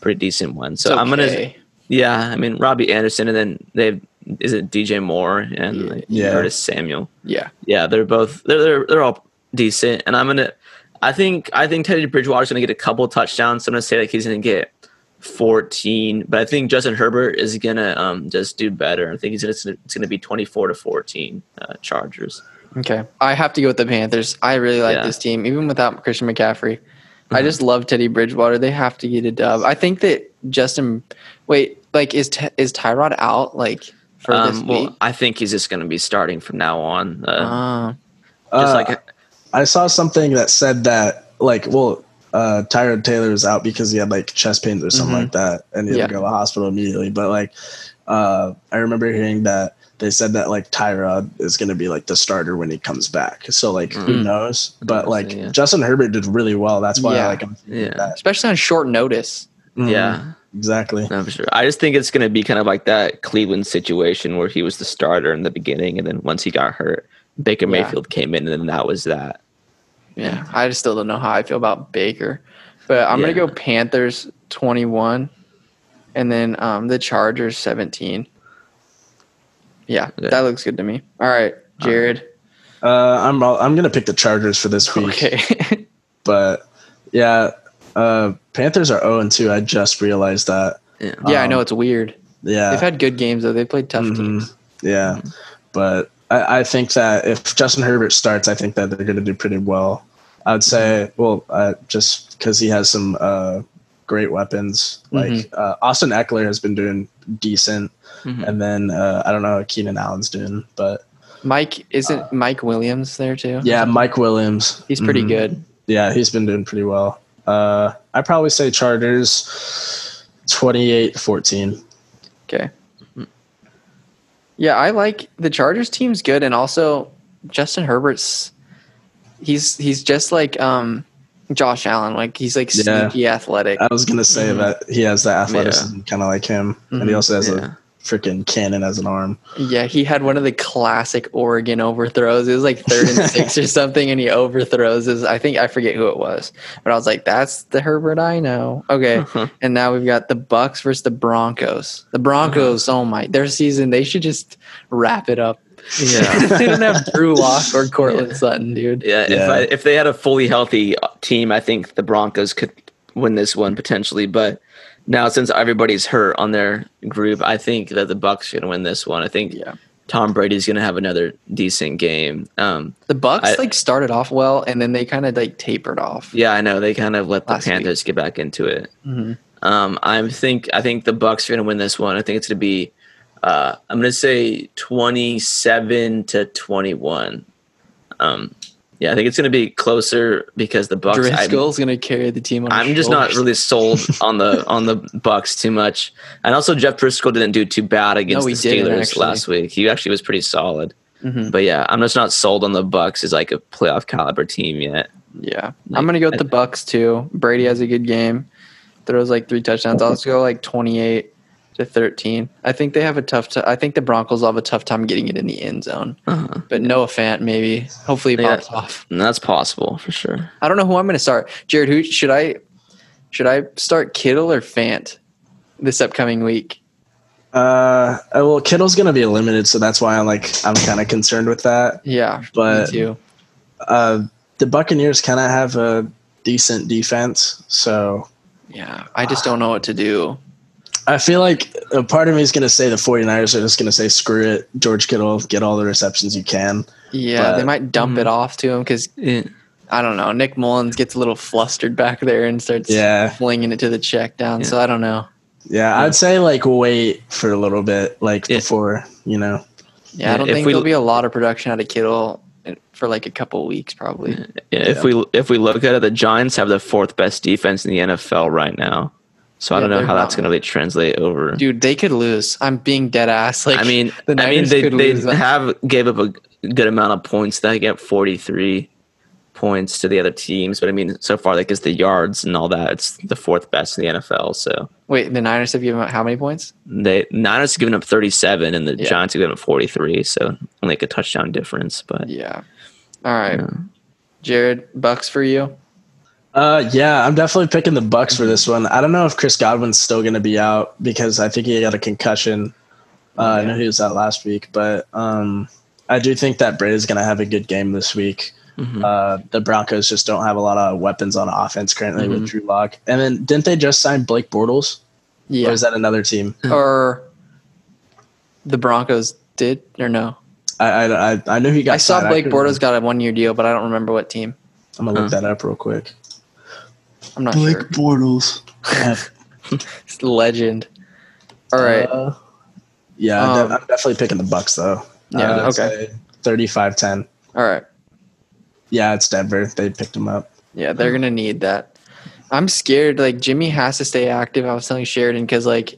C: pretty decent one. So
A: It's
C: I'm going to
A: okay.
C: yeah, I mean Robbie Anderson, and then they have, is it DJ Moore and like,
B: Yeah.
C: Curtis Samuel.
A: yeah.
C: Yeah, they're both they're they're, they're all decent, and I'm gonna. I think I think Teddy Bridgewater's gonna get a couple touchdowns. So I'm gonna say like he's gonna get 14, but I think Justin Herbert is gonna um just do better. I think he's gonna it's gonna be 24 to 14 uh, Chargers.
A: Okay. I have to go with the Panthers. I really like
C: Yeah. Mm-hmm.
A: this team, even without Christian McCaffrey. I just love Teddy Bridgewater. They have to get a dub. I think that Justin, wait, like is Ty- is Tyrod out like for this
C: Um,
A: week?
C: well, I think he's just gonna be starting from now on. Uh,
A: Ah,
C: just
B: Uh,
C: like
B: I saw something that said that like well uh Tyrod Taylor was out because he had like chest pains or something
A: Mhm.
B: like that and he had
A: Yeah.
B: to go to the hospital immediately but like uh I remember hearing that they said that like Tyrod is going to be like the starter when he comes back so like who
A: Mm.
B: knows but like
C: Interesting, yeah.
B: Justin Herbert did really well that's why
A: Yeah.
B: I like him
C: yeah.
A: especially on short notice.
B: Mhm.
C: Yeah,
B: exactly
C: no, for sure. I just think it's going to be kind of like that Cleveland situation where he was the starter in the beginning, and then once he got hurt, Baker
A: Yeah.
C: Mayfield came in, and then that was that.
A: Yeah, I just still don't know how I feel about Baker, but I'm
C: Yeah.
A: gonna go Panthers 21, and then um the Chargers 17. Yeah,
C: Yeah.
A: that looks good to me. All right, Jared.
B: uh I'm I'm going to pick the Chargers for this week
A: Okay.
B: but yeah uh Panthers are 0 and 2 I just realized that
C: Yeah.
A: yeah, I
B: Um, uh,
A: know it's weird.
B: yeah
A: They've had good games though. They played tough
B: Mhm.
A: teams. Mm-hmm.
B: Yeah. But I, I think that if Justin Herbert starts, I think that they're going to do pretty well. I would say, well, uh, just because he has some uh, great weapons. Like
A: Mhm.
B: uh, Austin Eckler has been doing decent.
A: Mm-hmm.
C: Mhm.
B: And then uh, I don't know what Keenan Allen's doing. But
A: Mike isn't Mike Williams there too?
B: yeah, Mike Williams.
A: he's pretty
B: Mhm.
A: good.
B: Yeah, he's been doing pretty well. Uh, I probably say Chargers 28 14.
A: Okay. Yeah, I like the Chargers team's good, and also Justin Herbert's. He's he's just like um, Josh Allen. Like he's like
B: Yeah. Uh,
A: sneaky athletic.
B: I was going to
A: Mm-hmm.
B: say that he has the athleticism kind of like him. And he
A: Mhm.
B: also has
C: Yeah.
B: a freaking cannon as an arm.
A: yeah, he had one of the classic Oregon overthrows. It was like third and six or something, and he overthrows. His, I think I forget who it was, but I was like, "That's the Herbert I know." Okay, and now we've got the Bucks versus the Broncos. The Broncos,
C: Uh-huh.
A: oh my, their season they should just wrap it up.
C: Yeah.
A: they don't have Drew Lock or Cortland Sutton, dude.
C: Yeah,
B: Yeah.
C: If, I, if they had a fully healthy uh, team, I think the Broncos could win this one potentially. But now, since everybody's hurt on their group, I think that the Bucks are going to win this one. I think
A: Yeah.
C: Tom Brady's going to have another decent game. Um,
A: The Bucks
C: I-
A: like started off well, and then they kind of like tapered off.
C: yeah, I know they kind of let the
A: Last week.
C: Panthers get back into it.
A: Mhm.
C: Um, I'm think I think the Bucks are going to win this one. I think it's going to be. Uh, I'm going to say 27 to 21. Um, yeah, I think it's going to be closer because the Bucks. I-
A: Driscoll's gonna carry the team. on his
C: I'm just not
A: shoulders.
C: really sold on the on the Bucks too much, and also Jeff Driscoll didn't do too bad against
A: No, he
C: the
A: didn't,
C: Steelers
A: actually.
C: last week. He actually was pretty solid,
A: Mhm.
C: but yeah, I'm just not sold on the Bucks as like a playoff caliber team yet.
A: Yeah,
C: Like,
A: I'm gonna go with
C: I-
A: the Bucks too. Brady has a good game, throws like three touchdowns. I'll just go like 28 to 13. I think they have a tough time. I think the Broncos will have a tough time getting it in the end zone.
C: Uh-huh.
A: But Noah Fant, maybe. Hopefully, he
C: Yeah.
A: pops off.
C: And that's possible for sure.
A: I don't know who I'm going to start. Jared, who should I should I start Kittle or Fant this upcoming week?
B: Uh, well, Kittle's gonna be limited, so that's why I'm like I'm kind of concerned with that.
A: Yeah,
B: But-
A: me too.
B: Uh, the Buccaneers kind of have a decent defense, so
A: Yeah, I just don't know what to do.
B: I feel like a part of me is gonna say the 49ers are just gonna say screw it, George Kittle, get all the receptions you can.
A: Yeah,
B: But-
A: they might dump
C: mm-hmm.
A: it off to him because I don't know. Nick Mullins gets a little flustered back there and starts
B: Yeah,
A: flinging it to the check down. So I don't know.
B: yeah, I'd say like wait for a little bit, like
C: Yeah.
B: before you know.
A: Yeah,
C: Yeah,
A: I don't
C: if
A: think
C: we-
A: there'll be a lot of production out of Kittle for like a couple weeks, probably.
C: Yeah, If we if we look at it, the Giants have the fourth best defense in the NFL right now. So I
A: Yeah,
C: don't know
A: they're
C: how that's
A: not-
C: going to translate over.
A: Dude, they could lose. I'm being dead ass. Like
C: I mean,
A: the
C: I mean,
A: Niners
C: they
A: could
C: they
A: lose.
C: have gave up a good amount of points. They get forty three points to the other teams, but I mean, so far, like, it's the yards and all that. It's the fourth best in the NFL. So
A: wait, the Niners have given up how many points?
C: they Niners have given up thirty seven, and the
A: Yeah.
C: Giants have given up forty three. So only like a touchdown difference, but
A: Yeah. All right, Jared, bucks for you.
B: Uh, yeah, I'm definitely picking the Bucks for this one. I don't know if Chris Godwin's still gonna be out because I think he got a concussion. Uh, I know he was out last week, but um, I do think that Brady's gonna have a good game this week.
C: Mhm.
B: Uh, the Broncos just don't have a lot of weapons on offense currently with Drew Lock. And then didn't they just sign Blake Bortles? Or
A: Yeah.
B: is that another team?
A: Or the Broncos did or no?
B: I I I, I knew he got.
A: I saw
B: signed.
A: Blake
B: couldn't-
A: Bortles got a one year deal, but I don't remember what team.
B: I'm gonna look
C: Huh.
B: that up real quick.
A: I'm not sure.
B: Bortles.
A: It's legend. All right.
B: Uh, yeah, I'm
A: Um,
B: de- I'm definitely picking the Bucks though.
A: Yeah,
B: I'd
A: okay.
B: say 35-10.
A: All right.
B: Yeah, it's Denver. They picked him up.
A: Yeah, they're gonna need that. I'm scared. Like Jimmy has to stay active. I was telling Sheridan because like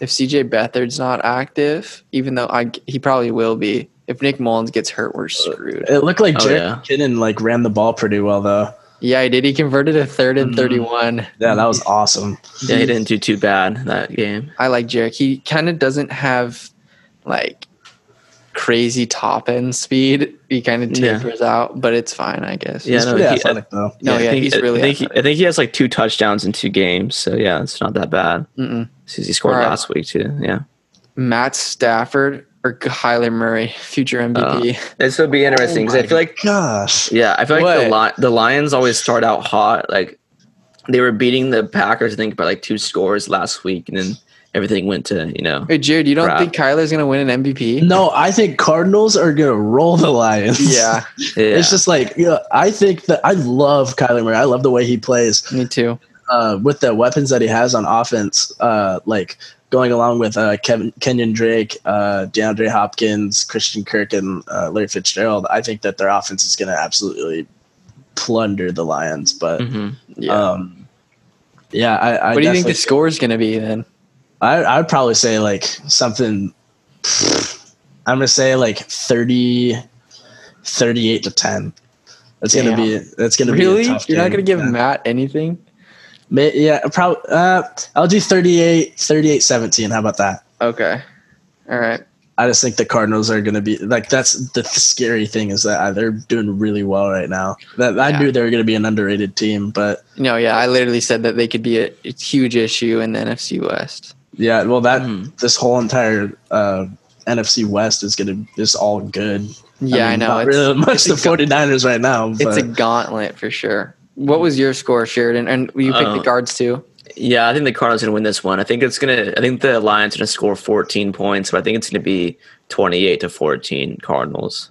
A: if CJ Beathard's not active, even though I he probably will be. If Nick Mullins gets hurt, we're screwed.
B: It looked like
C: Oh,
B: Jared
C: yeah.
B: McKinnon like ran the ball pretty well though.
A: Yeah, he did. He converted a third and
B: Mhm.
A: thirty-one.
B: Yeah, that
A: Mm.
B: was awesome.
C: yeah, he didn't do too bad that game.
A: I like Jarek. He kind of doesn't have like crazy top end speed. He kind of
C: Yeah.
A: tapers out, but it's fine, I guess.
C: Yeah,
B: He's
C: no,
B: pretty
C: he-
B: athletic though.
A: No, yeah,
C: I think,
A: he's
C: I
A: really
C: think he, I think he has like two touchdowns in two games. So yeah, it's not that bad.
A: Mm-mm.
C: Since he scored
A: All right.
C: last week too. Yeah.
A: Matt Stafford or Kyler Murray, future MVP.
B: Uh,
C: This would
A: Oh
C: be interesting because I feel like
B: gosh.
C: yeah, I feel like the
A: What?
C: Li- the Lions always start out hot. Like they were beating the Packers, I think, by like two scores last week, and then everything went to you know.
A: Hey Jared, you don't
C: Crap.
A: think Kyler's gonna win an MVP?
B: No, I think Cardinals are gonna roll the Lions.
A: Yeah,
C: Yeah.
B: It's just like you know, I think that I love Kyler Murray. I love the way he plays
A: me too.
B: uh, with the weapons that he has on offense. Uh, like going along with uh, Kevin Kenyon Drake, uh, DeAndre Hopkins, Christian Kirk, and uh, Larry Fitzgerald. I think that their offense is going to absolutely plunder the Lions. But
C: Mhm.
A: Yeah.
B: um, yeah, I, I
A: what do you think
B: definitely-
A: the score's gonna be then?
B: I I'd probably say like something. I'm gonna say like 30, 38 to ten. That's gonna
A: Damn.
B: be that's gonna
A: Really?
B: be a
A: You're
B: tough
A: not
B: game.
A: gonna give
B: yeah.
A: Matt anything?
B: Ma- yeah probably uh, I'll do 38, 38 17. How about that?
A: Okay. All right.
B: I just think the Cardinals are gonna be like that's the scary thing is that uh, they're doing really well right now. That
A: Yeah.
B: I knew they were gonna be an underrated team, but
A: No, yeah, I literally said that they could be a, a huge issue in the NFC West.
B: yeah, well that
A: Mm-hmm.
C: Mhm.
B: this whole entire uh, NFC West is gonna is all good.
A: Yeah, I,
B: mean,
A: know.
B: Not
A: It's,
B: really much
A: it's
B: the
A: a gu-
B: 49ers right now.
A: it's
B: but-
A: a gauntlet for sure. What was your score, Sheridan? And you picked the
C: Uh,
A: guards too.
C: Yeah, I think the Cardinals gonna win this one. I think it's gonna. I think the Lions are gonna score 14 points, but I think it's gonna be 28 to 14 Cardinals.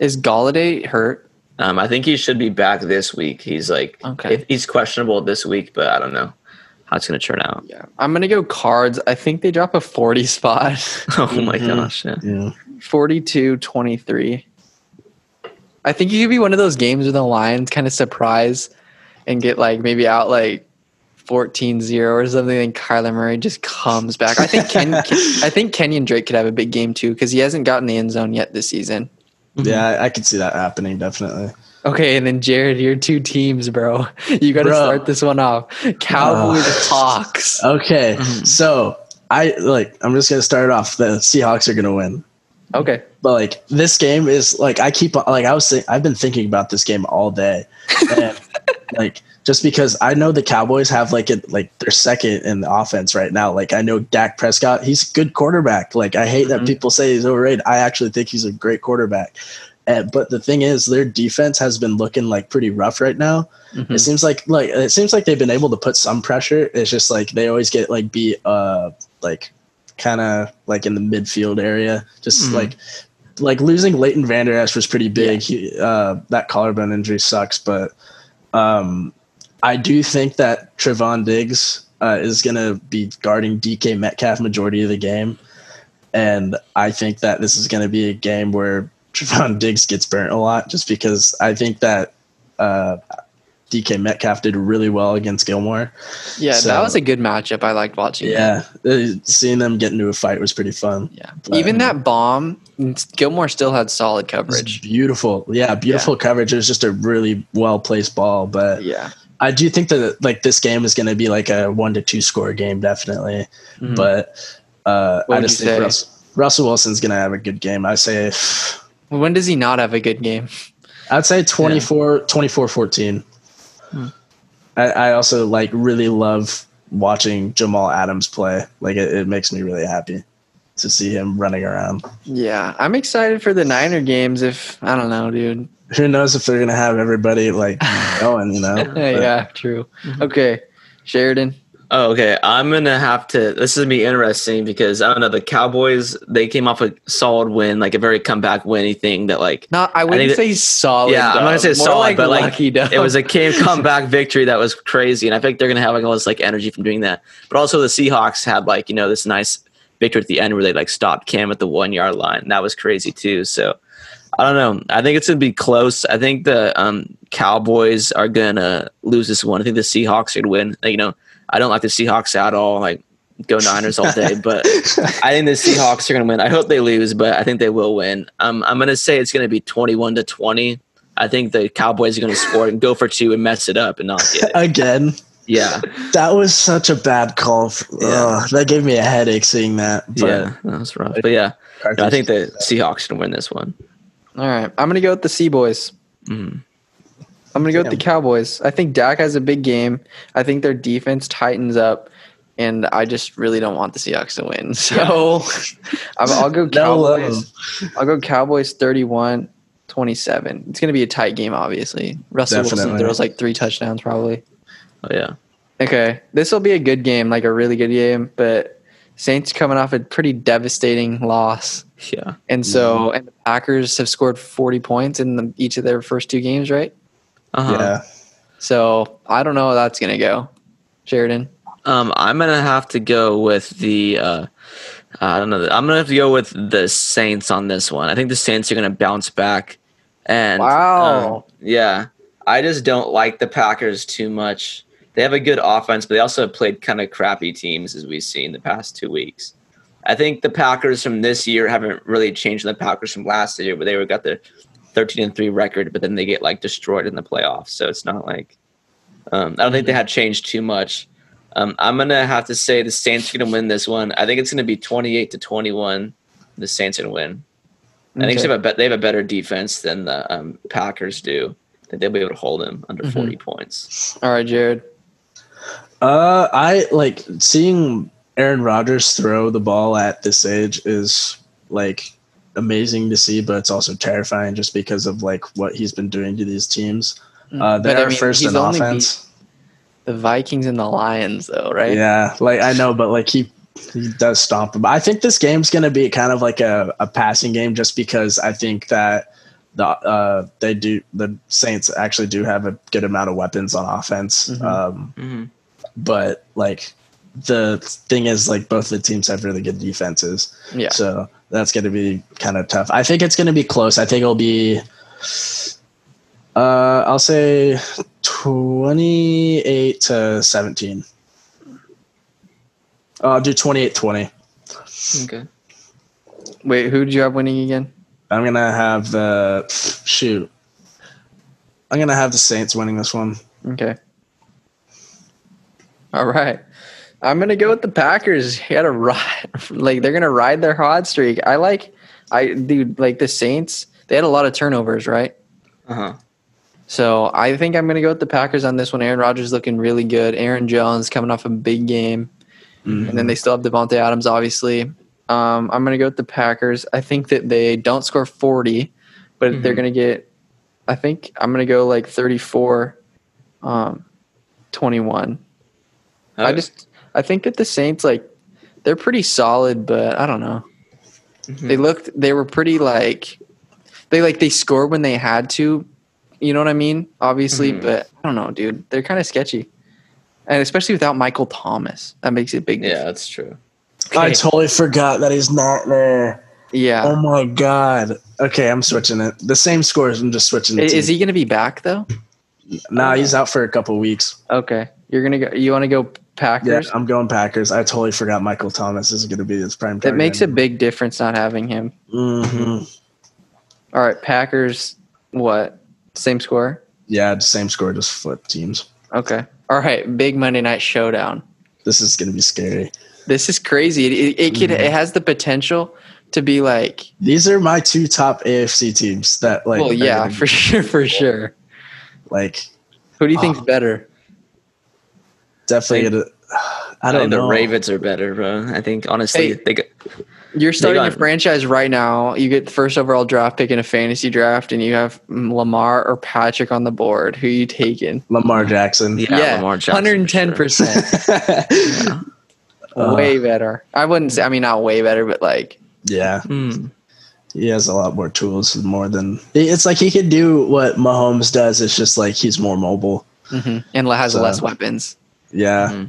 A: Is Galladay hurt?
C: Um, I think he should be back this week. He's like,
A: Okay.
C: if- he's questionable this week, but I don't know how it's gonna turn out.
A: Yeah, I'm gonna go cards. I think they drop a 40 spot.
C: Oh my
B: Mhm.
C: gosh! Yeah.
B: yeah.
A: 42 23. I think you could be one of those games where the Lions kind of surprise and get like maybe out like 14 0 or something. And Kyler Murray just comes back. I think Ken, Ken- I think Kenyon Drake could have a big game too because he hasn't gotten the end zone yet this season. Mm-hmm.
B: Yeah, I, I could see that happening definitely.
A: Okay, and then Jared, your two teams, bro. You got to
B: Bro.
A: start this one off. Cowboys, Hawks.
B: Okay, so I like. I'm just gonna start off. The Seahawks are gonna win.
A: Okay.
B: But like this game is like I keep like I was think, I've been thinking about this game all day, and, like just because I know the Cowboys have like it like they're second in the offense right now. Like I know Dak Prescott, he's a good quarterback. Like I hate that people say he's overrated. I actually think he's a great quarterback. And, but the thing is, their defense has been looking like pretty rough right now.
C: Mm-hmm.
A: Hmm.
B: It seems like like it seems like they've been able to put some pressure. It's just like they always get like beat uh like kind of like in the midfield area. Just
A: Mhm.
B: like like losing Leighton Vander Esch was pretty big. He, uh, that collarbone injury sucks, but um, I do think that Trevon Diggs uh, is going to be guarding DK Metcalf majority of the game, and I think that this is going to be a game where Trevon Diggs gets burnt a lot, just because I think that. Uh, DK Metcalf did really well against Gilmore.
A: Yeah, that
B: So-
A: was a good matchup. I liked watching. that.
B: Yeah, uh, seeing them get into a fight was pretty fun.
A: Yeah.
B: But-
A: Even that bomb, Gilmore still had solid
B: It's
A: coverage.
B: beautiful. Yeah, beautiful coverage. It was just a really well placed ball. But
A: Yeah.
B: I do think that like this game is going to be like a one to two score game, definitely.
A: Mhm.
B: But uh,
A: What
B: I
A: would
B: just
A: you
B: think
A: say?
B: Russell, Russell Wilson's going to have a good game. I say,
A: when does he not have a good game?
B: I'd say 24, 24 14.
A: Hmm.
B: I, I also like really love watching Jamal Adams play. Like it, it makes me really happy to see him running around.
A: Yeah, I'm excited for the Niner games. If I don't know, dude.
B: Who knows if they're going to have everybody like going, you know? But-
A: yeah, true. Mm-hmm. Okay, Sheridan.
C: Oh, okay, I'm gonna have to. This is gonna be interesting because I don't know. The Cowboys they came off a solid win, like a very comeback win. Anything that like
A: Not, I wouldn't say
C: think-
A: solid.
C: Yeah, I'm not gonna say
A: though. More
C: solid, but like
A: lucky dub.
C: it was a came comeback victory that was crazy, and I think they're gonna have like all this like energy from doing that. But also the Seahawks had like you know this nice victory at the end where they like stopped Cam at the one yard line. That was crazy too. So I don't know. I think it's gonna be close. I think the um, Cowboys are gonna lose this one. I think the Seahawks would win. Like, you know, I don't like the Seahawks at all. Like go Niners all day, but I think the Seahawks are going to win. I hope they lose, but I think they will win. Um, I'm going to say it's going to be 21 to 20. I think the Cowboys are going to score and go for two and mess it up and not get it.
B: Again,
C: Yeah.
B: that was such a bad call. For,
C: Yeah.
B: Ugh, that gave me a headache seeing that. But
C: yeah. That was rough. But yeah, no, I think the Seahawks can win this one.
A: All right, I'm gonna go with the Sea Boys.
C: Mm.
A: I'm gonna go with the Cowboys. I think Dak has a big game. I think their defense tightens up, and I just really don't want the Seahawks to win. So I'm- I'll go
B: No love.
A: Cowboys. I'll go Cowboys 31. 27. It's going to be a tight game, obviously. Russell Wilson
B: Definitely.
A: throws like three touchdowns, probably.
C: Oh, yeah.
A: Okay, this will be a good game, like a really good game. But Saints coming off a pretty devastating loss,
C: Yeah.
A: and so
B: Mm-hmm.
A: and the Packers have scored forty points in the, each of their first two games, right?
C: Uh-huh.
B: yeah,
A: So I don't know how that's gonna go, Sheridan.
C: Um, I'm gonna have to go with the. Uh, I don't know. I'm gonna have to go with the Saints on this one. I think the Saints are gonna bounce back. And
B: uh,
A: Wow.
C: um, yeah, I just don't like the Packers too much. They have a good offense, but they also have played kind of crappy teams as we've seen the past two weeks. I think the Packers from this year haven't really changed the Packers from last year, but they were got the 13 and three record, but then they get like destroyed in the playoffs. So it's not like um, I don't think they had changed too much. Um, I'm gonna have to say the Saints are gonna win this one. I think it's gonna be 28 to 21. The Saints are gonna win. I think
A: Okay.
C: they have a bet they have a better defense than the um, Packers do. I think they'll be able to hold them under 40 points.
A: All right, Jared.
B: uh, I like seeing Aaron Rodgers throw the ball at this age is like amazing to see, but it's also terrifying just because of like what he's been doing to these teams. Uh,
A: Mm. But,
B: they're
A: I mean,
B: first
A: he's
B: in
A: only
B: offense.
A: The Vikings and the Lions, though, right?
B: Yeah, like I know, but like he he does stomp him. I think this game's gonna be kind of like a, a passing game, just because I think that the uh they do the Saints actually do have a good amount of weapons on offense.
A: Mhm.
B: Um, but like the thing is, like both the teams have really good defenses,
A: Yeah.
B: so that's gonna be kind of tough. I think it's gonna be close. I think it'll be. Uh, I'll say twenty-eight to seventeen. Uh, I'll do 28-20.
C: Okay.
A: Wait, who did you have winning again?
B: I'm gonna have the shoot. I'm gonna have the Saints winning this one.
A: Okay. All right. I'm gonna go with the Packers. You gotta ride, like they're gonna ride their hot streak. I like, I dude, like the Saints. They had a lot of turnovers, right?
C: Uh-huh.
A: So I think I'm gonna go with the Packers on this one. Aaron Rodgers looking really good. Aaron Jones coming off a big game, and then they still have Devontae Adams, obviously. Um, I'm gonna go with the Packers. I think that they don't score 40, but they're
C: Mhm.
A: gonna get. I think I'm gonna go like 34, um, 21. I
C: Okay.
A: just I think that the Saints like they're pretty solid, but I don't know.
C: Mhm.
A: They looked they were pretty like they like they scored when they had to. You know what I mean? Obviously,
C: Mhm.
A: but I don't know, dude. They're kind of sketchy. And especially without Michael Thomas. That makes it big.
C: yeah, that's true.
B: I
A: Okay.
B: totally forgot that he's not there.
A: Yeah.
B: Oh my god. Okay, I'm switching it. The same scores. I'm just switching.
A: I-
B: It
A: Is he Oh, going to be back though?
B: Nah, he's out for a couple weeks.
A: Okay. You're going to go you want to go
B: Yeah,
A: Packers?
B: I'm going Packers. I totally forgot Michael Thomas is going to be his prime.
A: That makes a big difference not having him.
B: hmm
A: All right, Packers what? Same score?
B: Yeah, the same score. Just flip teams.
A: Okay. All right, big Monday night showdown.
B: This is going to be scary.
A: This is crazy. It, it, it could it has the potential to be like
B: These are my two top AFC teams. That like.
A: well
B: are
A: yeah
B: gonna
A: for sure for sure.
B: be, like
A: Who do you think's
B: Oh.
A: better?
B: definitely.
C: Like-
B: gonna, I
C: I
B: don't
C: think
B: know.
C: the Ravens are better, bro. I think honestly,
A: Hey.
C: they got,
A: You're starting a
C: got-
A: franchise right now. You get the first overall draft pick in a fantasy draft, and you have mm, Lamar or Patrick on the board. Who you taking?
B: Lamar Jackson.
C: Yeah, Lamar Jackson for
A: hundred and ten percent,
B: Uh,
A: way better. I wouldn't say. I mean, not way better, but like
B: yeah.
C: Hmm.
B: He has a lot more tools, more than it's like he could do what Mahomes does. It's just like he's more mobile.
A: and has
B: So-
A: less weapons.
B: Yeah.
C: Mhm.
A: Mm-hmm.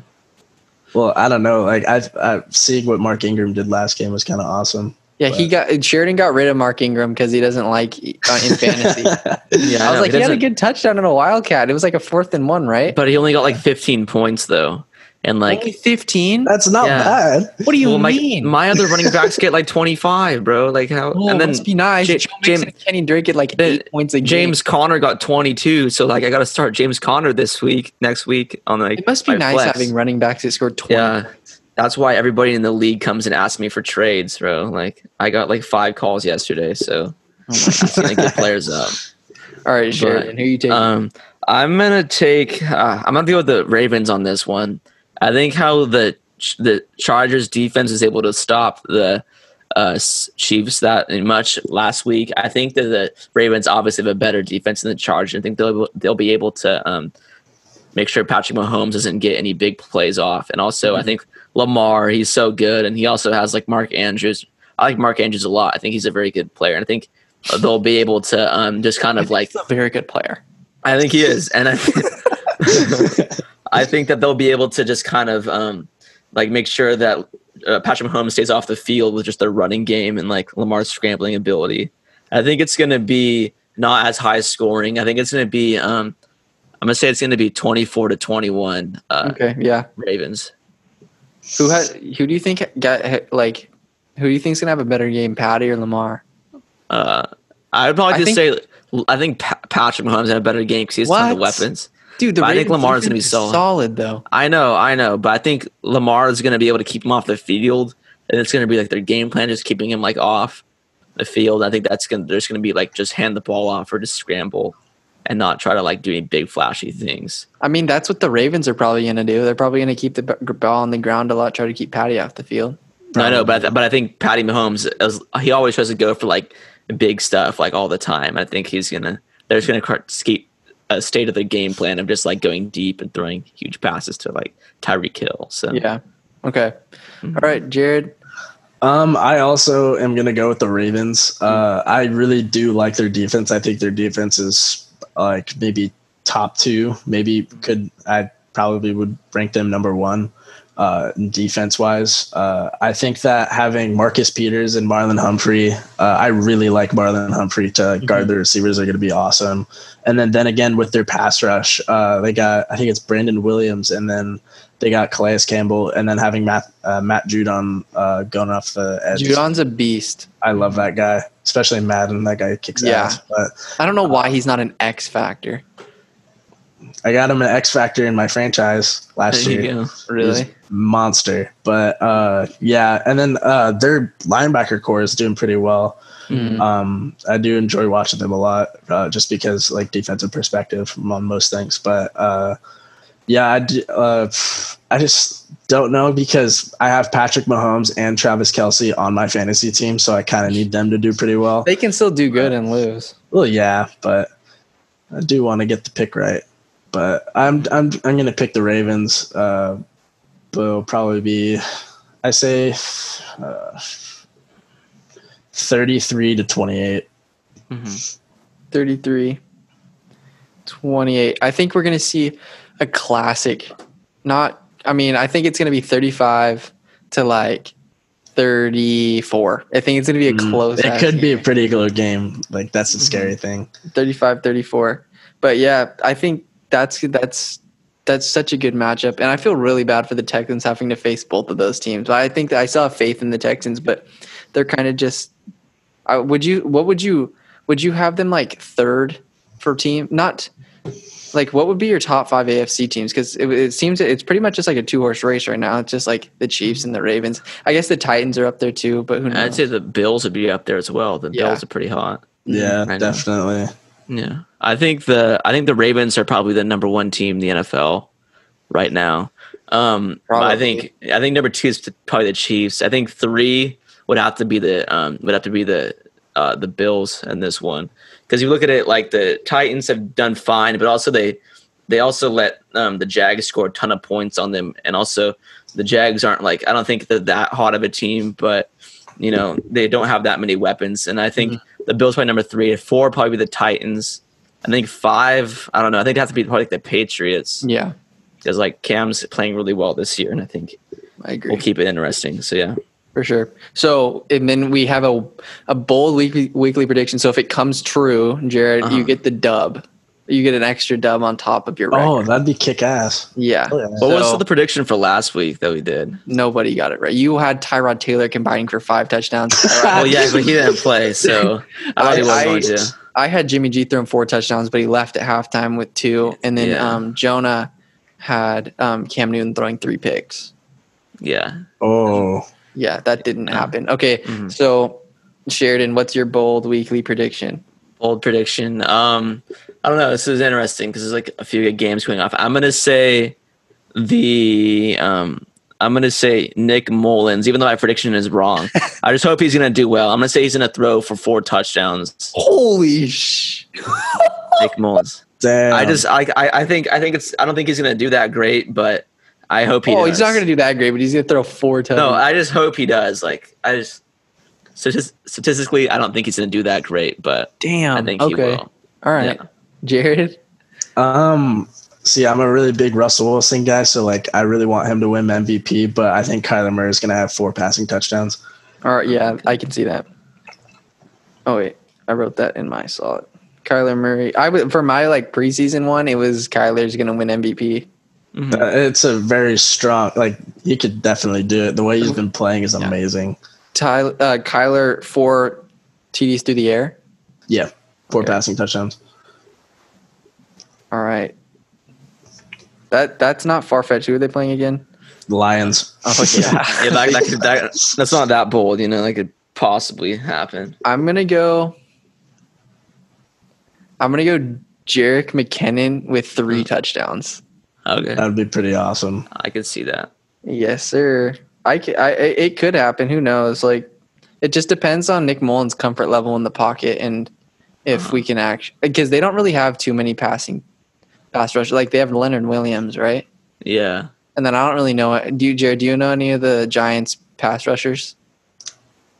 B: Well, I don't know. Like I've, i seeing what Mark Ingram did last game was kind of awesome.
A: Yeah, he got Sheridan got rid of Mark Ingram because he doesn't like uh, in fantasy.
C: Yeah,
A: I was like,
C: know, he
A: he had a
C: doesn't-
A: good touchdown in a wildcat. It was like a fourth and one, right?
C: but he only got like 15 points though, and like
A: only 15
B: That's not
C: Yeah.
B: bad.
A: what do you
C: well, my,
A: mean
C: my other running backs get like 25, bro. Like how?
A: oh,
C: and then
A: must be nice
C: Ja-
A: Joe Mixon
C: Jam-
A: and kenny drake get like
C: Then
A: eight points a game
C: James Conner got 22, so like I got to start James Conner this week, next week on like.
A: it must be
C: my
A: nice
C: flex.
A: having running backs that scored 20
C: Yeah, that's why everybody in the league comes and asks me for trades, bro. Like I got like five calls yesterday, so I'm gonna get players up.
A: all right Sheridan, who you taking
C: Um, I'm gonna take. Uh, I'm gonna go with the Ravens on this one. I think how the the Chargers defense was able to stop the uh, s- Chiefs that much last week. I think that the Ravens obviously have a better defense than the Chargers. I think they'll they'll be able to um, make sure Patrick Mahomes doesn't get any big plays off. And also, I think Lamar he's so good, and he also has like Mark Andrews. I like Mark Andrews a lot. I think he's a very good player, and I think they'll be able to um, just kind of like
A: he's a very good player
C: I think he is, and I, I think that they'll be able to just kind of um, like make sure that uh, Patrick Mahomes stays off the field with just their running game and like Lamar's scrambling ability. I think it's going to be not as high scoring. I think it's going to be um, I'm going to say it's going to be 24 to 21 uh,
A: okay yeah
C: Ravens.
A: who had who do you think got like who do you think's gonna have a better game patty or lamar
C: Uh, I would probably
A: I
C: just
A: think-
C: say I think pa- Patrick Mahomes had a better game because he has tons of
A: What?
C: weapons.
A: dude the
C: But I think
A: Ravens
C: Lamar's
A: defense
C: gonna be
A: is
C: solid.
A: solid though
C: I know, I know, but I think Lamar is going to be able to keep him off the field, and it's going to be like their game plan just keeping him like off the field. I think that's going to there's going to be like just hand the ball off or just scramble, and not try to like do any big flashy things.
A: i mean that's what the ravens are probably gonna do they're probably gonna keep the b- ball on the ground a lot try to keep patty off the field
C: I know, but I th- but I think Patty Mahomes as, he always tries to go for like big stuff like all the time. I think he's gonna there's gonna cr- skate a state of the game plan of just like going deep and throwing huge passes to like Tyreek Hill. So
A: yeah okay
C: Mm-hmm.
A: All right jared
B: Um, I also am gonna go with the Ravens.
A: Mm.
B: Uh, I really do like their defense. I think their defense is like maybe top two. Maybe could I probably would rank them number one uh, defense wise. Uh, I think that having Marcus Peters and Marlon Humphrey, uh, I really like Marlon Humphrey to guard the receivers are going to be awesome. And then then again with their pass rush, uh, they got I think it's Brandon Williams, and then they got Calais Campbell, and then having Matt uh, Matt Judon uh, going off the edge.
A: judon's a beast
B: I love that guy, especially in Madden. That guy kicks
A: Yeah.
B: ass. But
A: I don't know why he's not an X factor.
B: I got him an X Factor in my franchise last
C: There
B: year.
C: you go.
B: He was
A: Really?
B: monster. But uh, yeah, and then uh, their linebacker core is doing pretty well.
C: Mm-hmm. Hmm.
A: Mm.
B: Um, I do enjoy watching them a lot, uh, just because like defensive perspective from on most things. But uh, yeah, I d- uh, I just don't know because I have Patrick Mahomes and Travis Kelsey on my fantasy team, so I kind of need them to do pretty well.
A: They can still do good and lose.
B: Well, yeah, but I do want to get the pick right. But I'm I'm I'm gonna pick the Ravens. Uh, but it'll probably be, I say, uh, thirty-three to twenty-eight.
A: 33 28 i think we're going to see a classic not i mean i think it's going to be 35 to like 34 i think it's going to be a
B: Mm,
A: close
B: It
A: ass
B: could be a
A: game.
B: pretty close game. Like that's a scary
C: Mm,
B: thing.
A: 35 34 but yeah i think that's that's that's such a good matchup and i feel really bad for the texans having to face both of those teams i think that i still have faith in the texans but they're kind of just I, would you what would you would you have them like third for team not like what would be your top five afc teams because it, it seems it's pretty much just like a two-horse race right now it's just like the chiefs and the ravens i guess the titans are up there too but who
C: I'd
A: knows
C: say the Bills would be up there as well. The
A: Yeah.
C: Bills are pretty hot.
B: Yeah,
C: I know.
B: definitely.
C: Yeah, I think the I think the Ravens are probably the number one team in the NFL right now. Um, but I think I think number two is probably the Chiefs. I think three would have to be the um, would have to be the uh, the Bills in this one because you look at it like the Titans have done fine, but also they they also let um, the Jags score a ton of points on them, and also the Jags aren't like I don't think they're that hot of a team, but you know they don't have that many weapons, and I think
A: Mm-hmm.
C: the Bills probably number three, four probably be the Titans. I think five. I don't know. I think it has to be probably like the Patriots
A: yeah
C: because like Cam's playing really well this year, and I think
A: i agree
C: we'll keep it interesting. So yeah,
A: For sure. So, and then we have a a bold weekly weekly prediction. So, if it comes true, Jared,
C: Uh-huh.
A: you get the dub. You get an extra dub on top of your record.
B: Oh, that'd be kick ass.
A: yeah.
B: Oh, yeah.
C: what
A: So-
C: was the prediction for last week that we did?
A: Nobody got it right. You had Tyrod Taylor combining for five touchdowns.
C: Well, yeah, but he didn't play, so I thought he was
A: I-
C: going to.
A: I had Jimmy G throwing four touchdowns, but he left at halftime with two, and then
C: Yeah.
A: um, Jonah had um, Cam Newton throwing three picks.
C: Yeah,
B: Oh,
A: Yeah, that didn't
C: Yeah.
A: happen. Okay,
C: Mhm.
A: so Sheridan, what's your bold weekly prediction?
C: bold prediction. Um, I don't know. This is interesting because there's like a few games going off. I'm gonna say the um, I'm gonna say Nick Mullins, even though my prediction is wrong. I just hope he's gonna do well. I'm gonna say he's gonna throw for four touchdowns.
A: Holy sh!
C: Nick Mullins.
B: damn!
C: I just I, I I think I think it's I don't think he's gonna do that great, but I hope he.
A: oh,
C: does.
A: he's not going to do that great, but he's going to throw four
C: No,
A: touchdowns.
C: I just hope he does. Like I just. statis- Statistically, I don't think he's going to do that great, but
A: Damn.
C: I think
A: Um,
C: he
A: okay.
C: will.
A: All right.
C: Yeah.
A: Jared?
B: Um, see, I'm a really big Russell Wilson guy, so like I really want him to win MVP, but I think Kyler Murray is gonna have four passing touchdowns.
A: All right. Yeah, I can see that. Oh, wait. I wrote that in my saw it. Kyler Murray. I would for my like preseason one, it was Kyler's going to win MVP.
C: Mhm.
B: Uh, it's a very strong, like he could definitely do it. The way he's been playing is
A: Yeah.
B: amazing.
A: Ty, uh, Kyler four TDs through the air.
B: Yeah, four
A: Okay.
B: passing touchdowns.
A: All right. That that's not far fetched. Who are they playing again?
B: The Lions.
A: Oh yeah.
C: yeah, that, that, could- that, that's not that bold, you know. That could possibly happen.
A: I'm gonna go. I'm gonna go. Jarek McKinnon with
C: Hmm.
A: three touchdowns.
C: Okay,
B: That'd be pretty awesome.
C: I could see that.
A: Yes, sir. I, c- I- I- it could happen. Who knows? Like, it just depends on Nick Mullins' comfort level in the pocket and if we can act because they don't really have too many passing pass rush. Like they have Leonard Williams, right?
C: Yeah,
A: And then I don't really know. Do you, Jared? Do you know any of the Giants pass rushers?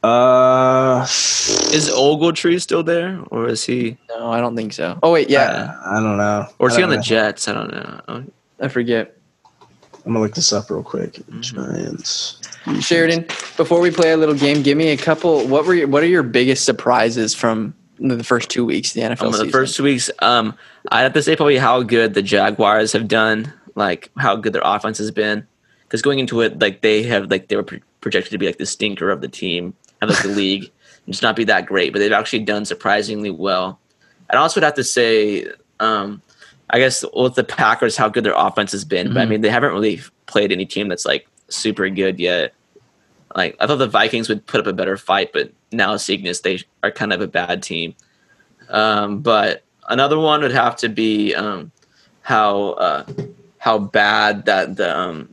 B: Uh,
C: is Ogletree still there, or is he,
A: No, I don't think so. Oh wait, yeah,
B: I don't know.
C: or is
B: I
C: he
B: don't
C: on the
B: know.
C: Jets? I don't know. Oh,
A: I forget.
B: I'm gonna look this up real quick.
C: Mm-hmm.
B: Giants.
A: mm-hmm. Sheridan, before we play a little game, give me a couple. What were your, what are your biggest surprises from the first two weeks of the NFL
C: Um,
A: season?
C: the first two weeks, um, I have to say probably how good the Jaguars have done, like how good their offense has been. Because going into it, like they have, like they were pro- projected to be like the stinker of the team and like the league, and just not be that great. But they've actually done surprisingly well. And I also would have to say, um, I guess with the Packers, how good their offense has been, but I mean they haven't really played any team that's like super good yet. Like I thought the Vikings would put up a better fight, but now Cygnus they are kind of a bad team. Um, but another one would have to be um, how uh, how bad that the um,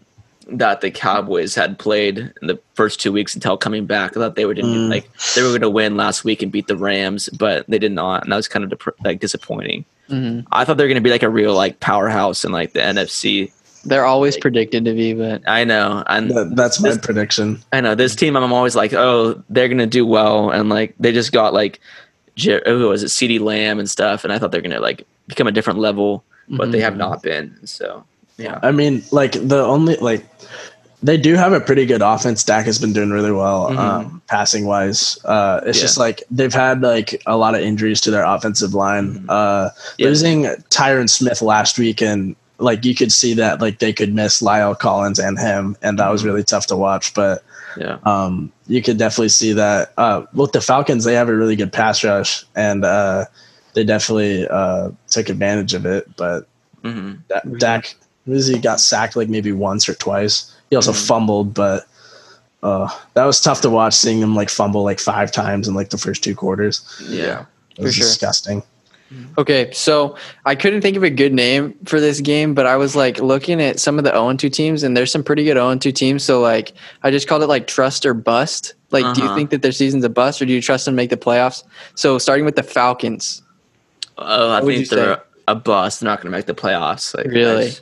C: that the Cowboys had played in the first two weeks until coming back. I thought they were gonna,
B: Mm.
C: like they were going to win last week and beat the Rams, but they did not, and that was kind of dep- like disappointing.
A: Mhm.
C: I thought they were going to be like a real like powerhouse in like the NFC.
A: They're always predicted to be, but
C: I know, and
B: That, that's my
C: This-
B: prediction.
C: I know this team. I'm always like, oh, they're going to do well, and like they just got like, Jer- who was it, Ceedee Lamb and stuff, and I thought they're going to like become a different level, but they
A: Mhm.
C: have not been. So yeah,
B: I mean, like the only like they do have a pretty good offense. Dak has been doing really well
C: Mhm.
B: um, passing wise. Uh, it's
C: Yeah.
B: just like they've had like a lot of injuries to their offensive line. Uh,
C: Mm-hmm. Yeah.
B: Losing Tyron Smith last week and like you could see that like they could miss Lyle Collins and him, and that
C: Mm-hmm.
B: was really tough to watch. But
C: yeah,
B: um, you could definitely see that. Uh, look, the Falcons they have a really good pass rush, and uh, they definitely uh, took advantage of it. But
C: hmm
B: Da- Dak Lizzie got sacked like maybe once or twice. He also
A: Mm-hmm.
B: fumbled, but uh, that was tough to watch seeing him like fumble like five times in like the first two quarters.
C: yeah,
B: It was
A: For sure.
B: disgusting.
A: Okay, so I couldn't think of a good name for this game, but I was like looking at some of the 0 2 teams, and there's some pretty good 0 2 teams. So, like, I just called it like trust or bust. Like, do you
C: Uh-huh.
A: think that their season's a bust, or do you trust them to make the playoffs? So, starting with the Falcons.
C: Oh, I
A: What would
C: think
A: you
C: they're
A: say?
C: a bust. They're not going to make the playoffs. Like, I
A: Really?
C: just-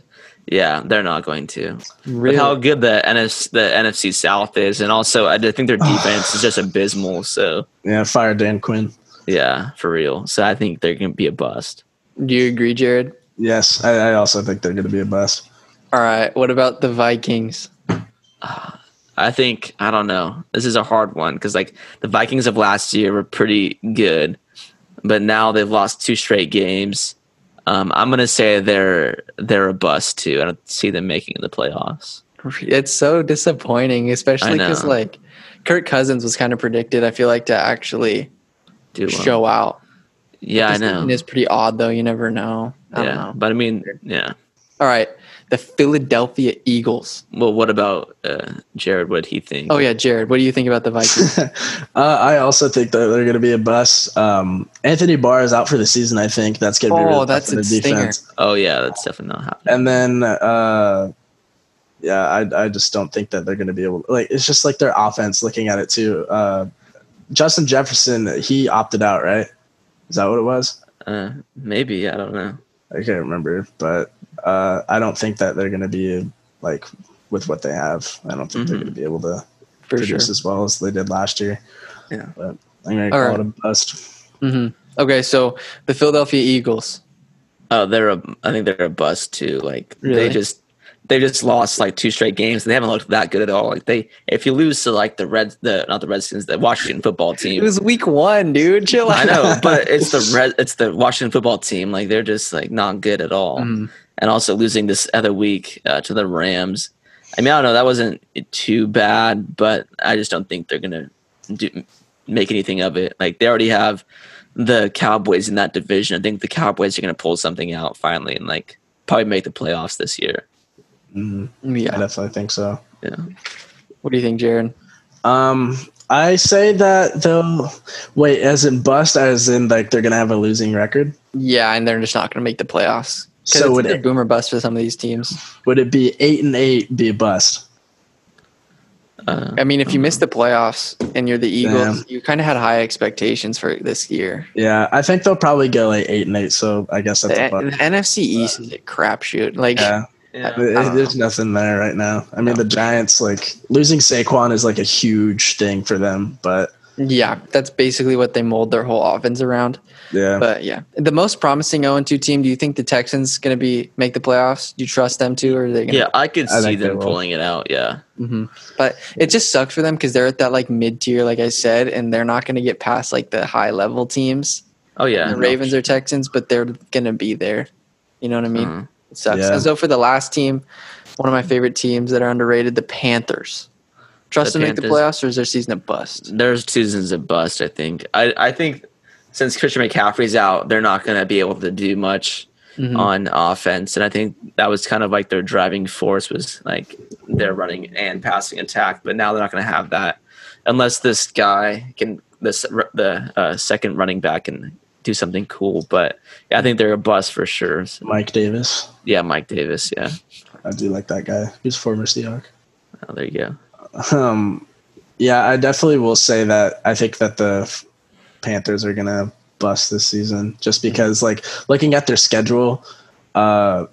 C: yeah, they're not going to.
A: Really?
C: With how good the NFC, the NFC South is, and also I do think their defense is just abysmal. So
B: Yeah, fire Dan Quinn.
C: yeah, for real. So I think they're going to be a bust.
A: do you agree, Jared?
B: Yes, I, I also think they're going to be a bust.
A: All right, what about the Vikings?
C: I think I don't know. This is a hard one because like the Vikings of last year were pretty good, but now they've lost two straight games. Um, I'm gonna say they're they're a bust too. I don't see them making the playoffs.
A: It's so disappointing, especially
C: I
A: because,
C: know.
A: like, Kirk Cousins was kind of predicted, I feel like, to actually
C: Do well.
A: show out.
C: Yeah, I
A: This
C: know.
A: season is pretty odd, though. You never know. I
C: yeah,
A: don't know.
C: but I mean, yeah.
A: All right, the Philadelphia Eagles.
C: Well, what about uh, Jared? What he think?
A: Oh yeah, Jared, what do you think about the Vikings?
B: uh, I also think that they're going to be a bust. Um, Anthony Barr is out for the season. I think that's going to be
A: Oh,
B: really tough
A: that's
B: for
A: a
B: the
A: stinger.
B: defense.
C: Oh yeah, that's definitely not happening.
B: And then, uh, yeah, I, I just don't think that they're going to be able. Like, it's just like their offense. Looking at it too, uh, Justin Jefferson he opted out, right? Is that what it was?
C: Uh, maybe I don't know.
B: I can't remember, but uh, I don't think that they're going to be like with what they have. I don't think they're
C: Mhm.
B: going to be able to
A: Mm-hmm. For sure.
B: produce as well as they did last year.
C: Yeah.
B: but I'm going to
A: All
B: call
A: right.
B: it a bust.
A: hmm Okay, so the Philadelphia Eagles.
C: Oh, they're a. I think they're a bust too. Like
A: Really?
C: they just they just lost like two straight games. and They haven't looked that good at all. Like they, if you lose to like the Reds, the not the Redskins, the Washington football
A: It
C: team.
A: was Week One, dude. Chill out.
C: I know, but it's the red. It's the Washington football team. Like they're just like not good at all.
A: Mm.
C: And also losing this other week uh, to the Rams. I mean, I don't know. That wasn't too bad, but I just don't think they're gonna do, make anything of it. Like they already have the Cowboys in that division. I think the Cowboys are gonna pull something out finally and like probably make the playoffs this year.
B: Mhm. I
A: Yeah.
B: definitely think so.
C: Yeah.
A: What do you think, Jared?
B: Um, I say that though. Wait, as in bust, as in like they're gonna have a losing record.
A: Yeah, and they're just not going to make the playoffs. 'Cause
B: So
A: it's
B: would
A: a
B: it-
A: boomer bust for some of these teams.
B: Would it be eight and eight be a bust?
C: Uh,
A: I mean, if you miss the playoffs and you're the Eagles,
B: Damn.
A: you kind of had high expectations for this year.
B: Yeah, I think they'll probably go like eight and eight. So I guess
A: The,
B: that's a
A: the
B: bust.
A: NFC East is a crapshoot. Like,
B: Yeah,
A: eh, I don't
B: there's nothing there right now. I mean, the Giants like losing Saquon is like a huge thing for them, but
A: yeah, that's basically what they mold their whole offense around.
B: yeah,
A: But yeah, the most promising 0 2 team. Do you think the Texans going to be make the playoffs? Do you trust them too, or are they? Gonna,
C: yeah, I could
B: I
C: see
B: think they
C: them
B: will.
C: pulling it out. Yeah.
A: Mhm. But it just sucks for them because they're at that like mid tier, like I said, and they're not going to get past like the high level teams.
C: Oh yeah.
A: the Ravens or Texans, but they're going to be there. You know what I mean?
C: Mhm.
A: It sucks.
B: Yeah.
A: And so for the last team, one of my favorite teams that are underrated, the Panthers. Trust
C: The
A: them to make the
C: Panthers.
A: playoffs, or is their season a bust?
C: There's seasons of bust. I think. I I think since Christian McCaffrey's out, they're not going to be able to do much.
A: Mhm.
C: on offense, and I think that was kind of like their driving force was like their running and passing attack. But now they're not going to have that unless this guy can this the uh, second running back can do something cool. But yeah, I think they're a bust for sure. So,
B: Mike Davis.
C: yeah, Mike Davis. Yeah,
B: I do like that guy. He's former Seahawk.
C: oh, there you go.
B: Um, yeah, I definitely will say that I think that the F- Panthers are gonna bust this season just
A: Mm-hmm.
B: because, like, looking at their schedule, uh,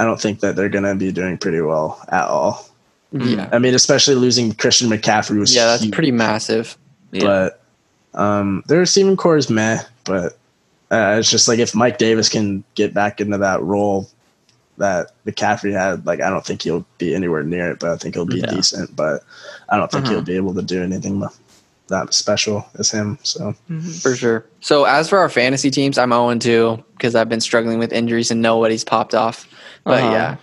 B: I don't think that they're gonna be doing pretty well at all.
A: Yeah.
B: I mean, especially losing Christian McCaffrey was
A: Yeah, that's
B: huge,
A: pretty massive.
C: Yeah.
B: But um, their receiving core is meh. But uh, it's just like if Mike Davis can get back into that role that McCaffrey had, like I don't think he'll be anywhere near it, but I think he'll be
C: Yeah.
B: decent. But I don't think he'll
A: Uh-huh.
B: be able to do anything that special as him. So
A: For sure. So as for our fantasy teams, I'm 0 2 because I've been struggling with injuries and nobody's popped off. But
C: Uh-huh.
A: yeah,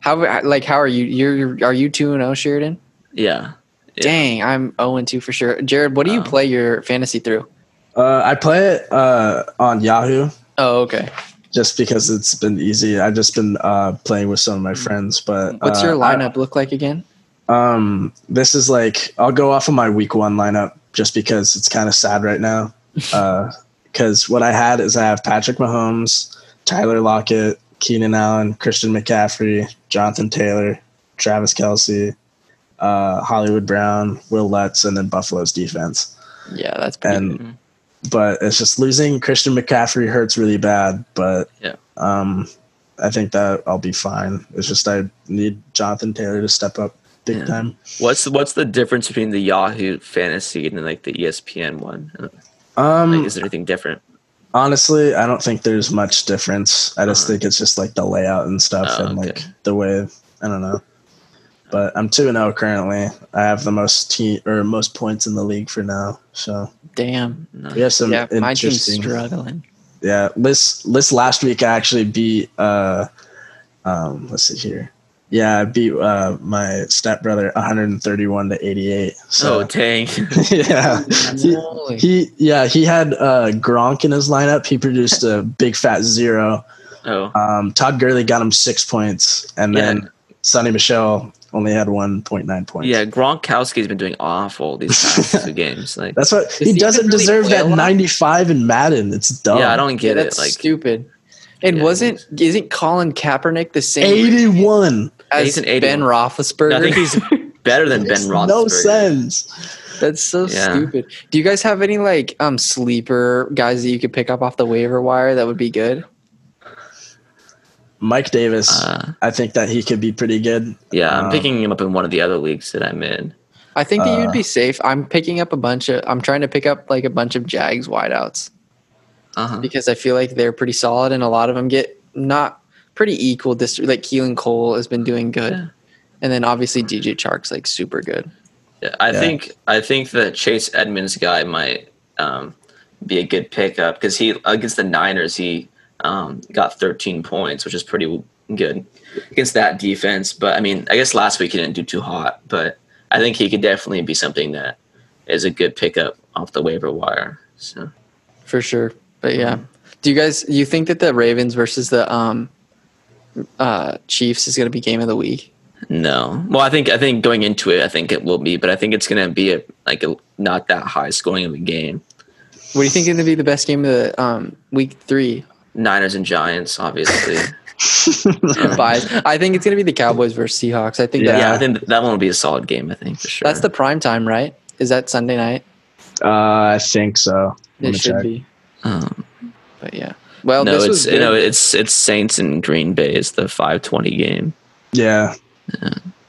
A: how like how are you? You're, you're are you two and 0 Sheridan?
C: yeah. Yeah.
A: Dang, I'm 0 2 for sure. Jared, what do you
C: Uh-huh.
A: play your fantasy through?
B: uh, I play it uh, on Yahoo
A: Oh, okay.
B: just because it's been easy. I've just been uh, playing with some of my friends. But
A: Mm. What's
B: uh,
A: your
B: I-
A: lineup look like again?
B: Um, this is like I'll go off of my week one lineup just because it's kind of sad right now. Because what I had is I have Patrick Mahomes, Tyler Lockett, Keenan Allen, Christian McCaffrey, Jonathan Taylor, Travis Kelsey, uh, Hollywood Brown, Will Lutz, and then Buffalo's defense.
A: Yeah, that's pretty
B: And
C: Mm-hmm.
A: good.
B: but it's just losing Christian McCaffrey hurts really bad. But
C: Yeah.
B: um, I think that I'll be fine. It's just I need Jonathan Taylor to step up big
C: Yeah.
B: time.
C: What's what's the difference between the Yahoo fantasy and then like the E ESPN one?
B: Um,
C: Like, is there anything different?
B: Honestly, I don't think there's much difference. I just
C: Uh-huh.
B: think it's just like the layout and stuff
C: Oh,
B: and
C: okay.
B: like the way I don't know. But I'm two and zero currently. I have the most team or most points in the league for now. So
A: Damn.
C: No.
B: we have some
A: yeah, my team's
B: interesting.
A: struggling.
B: yeah, this this last week I actually beat. Uh, um, let's see here. Yeah, I beat uh, my stepbrother 131 to 88. So
C: Oh dang!
B: yeah, He-
A: Holy.
B: he yeah he had uh, Gronk in his lineup. He produced a big fat zero.
C: Oh
B: Um, Todd Gurley got him six points, and then
C: Yeah.
B: Sonny Michelle only had one point nine points.
C: yeah, Gronkowski's been doing awful these past two games. Like,
B: that's what
A: Does
B: he
A: he
B: doesn't
A: really
B: deserve
A: play a
B: that
A: lot?
B: ninety five in Madden. It's dumb.
C: yeah, I don't
A: Yeah,
C: get it.
A: that's
C: Like,
A: stupid. And
C: Yeah.
A: wasn't isn't Colin Kaepernick the same
B: eighty one.
A: as
C: He's an
A: Ben
C: 81.
A: Roethlisberger?
C: I think he's better than Ben Roethlisberger.
B: No sense.
A: That's so
C: Yeah.
A: stupid. Do you guys have any like um sleeper guys that you could pick up off the waiver wire that would be good?
B: Mike Davis.
C: Uh,
B: I think that he could be pretty good.
C: yeah, I'm
B: Uh,
C: picking him up in one of the other leagues that I'm in.
A: I think that you'd
B: Uh,
A: be safe. I'm picking up a bunch of I'm trying to pick up like a bunch of Jags wideouts
C: Uh-huh.
A: because I feel like they're pretty solid and a lot of them get not pretty equal distri- like Keelan Cole has been doing good.
C: Yeah.
A: And then obviously DJ Chark's like super good.
C: Yeah, I
B: Yeah.
C: think I think the Chase Edmonds guy might um, be a good pickup because he against the Niners he um, got 13 points, which is pretty good against that defense. But I mean, I guess last week he didn't do too hot, but I think he could definitely be something that is a good pickup off the waiver wire. So
A: For sure. But
C: Mm-hmm.
A: yeah. Do you guys you think that the Ravens versus the um uh Chiefs is gonna be game of the week?
C: no, well, I think I think going into it, I think it will be, but I think it's going to be a like a not that high scoring of a game.
A: What do you think is gonna be the best game of the um week three?
C: Niners and Giants, obviously.
A: Buys. I think it's gonna be the Cowboys versus Seahawks. I think
B: Yeah.
A: that,
C: yeah, I think that one will be a solid game. I think for sure.
A: that's the prime time, right? Is that Sunday night?
B: Uh, I think so. Let
A: It
B: me
A: should
B: check.
A: be.
C: Um,
A: But yeah. Well,
C: no,
A: Oh, this
C: it's
A: was
C: you
A: good.
C: know it's it's Saints and Green Bay. It's the five twenty game.
B: Yeah,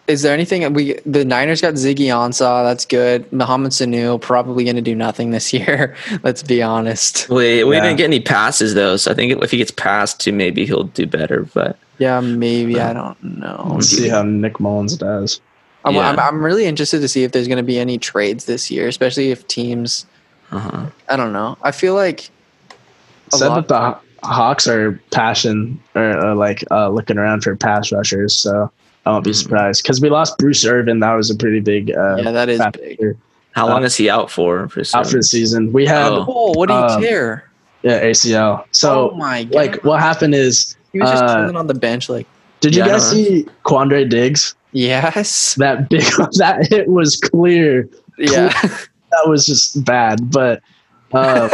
A: Is there anything we the Niners got Ziggy Ansah? That's good. Mohamed Sanu probably gonna do nothing this year. Let's be honest.
C: We we
B: Yeah.
C: didn't get any passes though, so I think if he gets passed to, maybe he'll do better. But
A: Yeah, maybe I don't know.
B: let's see how Nick Mullins does.
A: I'm,
C: Yeah.
A: I'm, I'm really interested to see if there's gonna be any trades this year, especially if teams.
C: uh
A: I don't know. I feel like a
B: said
A: lot-
B: that the Haw- Hawks are passion or uh, like uh, looking around for pass rushers, so I won't be
C: Mhm.
B: surprised because we lost Bruce Irvin. That was a pretty big uh,
A: Mm-hmm. yeah, that is
B: factor
A: big.
C: how
B: Uh,
C: long is he out for? for
B: out for the season. We had
C: Oh.
A: Oh, Um, what do you
B: Um,
A: tear?
B: yeah, ACL. So
A: oh my god!
B: like, what happened is
A: He was just
B: Uh,
A: chilling on the bench, like
B: Did you
A: Yeah, I
B: guys
A: don't know.
B: see Quandre Diggs?
A: yes,
B: That big that hit was clear.
A: yeah,
B: That was just bad, but uh,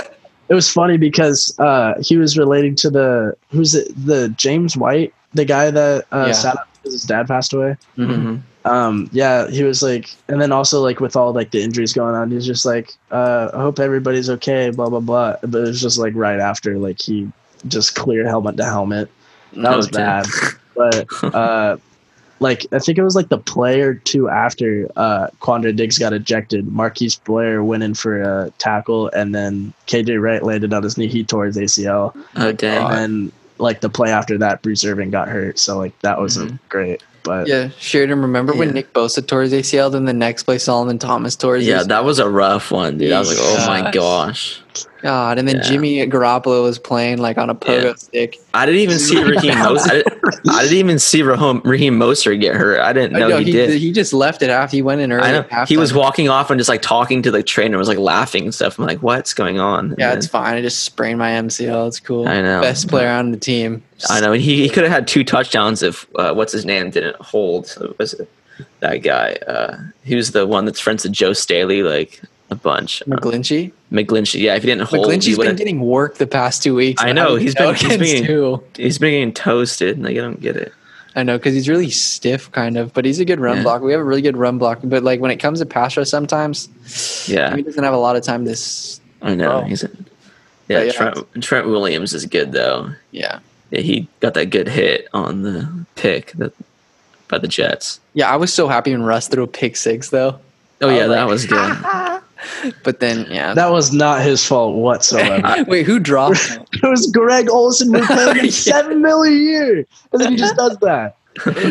B: it was funny because uh, he was relating to the who's it the James White, the guy that uh,
A: Yeah.
B: sat up because his dad passed away.
C: Mm-hmm.
A: Mhm.
B: um yeah he was like and then also like with all like the injuries going on he's just like uh i hope everybody's okay blah blah blah but it was just like right after like he just cleared helmet to helmet that was
D: Oh, damn.
B: bad but uh like i think it was like the play or two after uh quandra diggs got ejected Marquise blair went in for a tackle and then kj wright landed on his knee he tore his acl
C: Oh dang.
B: and then like the play after that bruce irving got hurt so like that wasn't great but
A: yeah. Sheridan, remember when
C: Yeah.
A: Nick Bosa tore his ACL? Then the next play, Solomon Thomas tore his
C: Yeah,
A: ACL?
C: that was a rough one, dude. I was like, oh my gosh.
A: God, and then
C: Yeah.
A: Jimmy Garoppolo was playing like on a pogo
C: Yeah.
A: stick.
C: I didn't even see Raheem. Mos- I, didn't, I didn't even see Raheem, Raheem Moser get hurt. I didn't
A: I
C: know
A: know,
C: he, did.
A: He just left it after he went in early.
C: I know
A: at halftime.
C: he was walking off and just like talking to the trainer, was like laughing and stuff. I'm like, what's going on? And
A: Yeah,
C: then-
A: it's fine. I just sprained my MCL. It's cool.
C: I know.
A: Best player on the team.
C: I know, and he, he could have had two touchdowns if uh, what's his name didn't hold. So was it that guy? Uh, he was the one that's friends with Joe Staley, like a bunch. Uh,
A: McGlinchey.
C: McGlinchey, yeah. If he didn't hold, he
A: McGlinchey's been
C: wouldn't-
A: getting work the past two weeks.
C: I
A: and
C: know,
A: don't
C: he's
A: know
C: been- he's
A: against
C: been-
A: who.
C: he's been getting toasted. Like I don't get it.
A: I know because he's really stiff, kind of, but he's a good run
C: Yeah.
A: block. We have a really good run block, but like when it comes to pass rush, sometimes
C: Yeah.
A: he doesn't have a lot of time. This,
C: I
A: Oh.
C: know. He's a, yeah,
A: yeah.
C: Trent, Trent Williams is good though.
A: yeah,
C: Yeah, he got that good hit on the pick that by the Jets.
A: yeah. I was so happy when Russ threw a pick six though,
C: Oh yeah,
A: Oh,
C: that
A: like-
C: was good.
A: but then yeah.
B: That was not his fault whatsoever.
A: Wait, who dropped? him?
B: it was Greg Olson. We're paying him
A: Yeah.
B: seven mil a year, and then he just does that.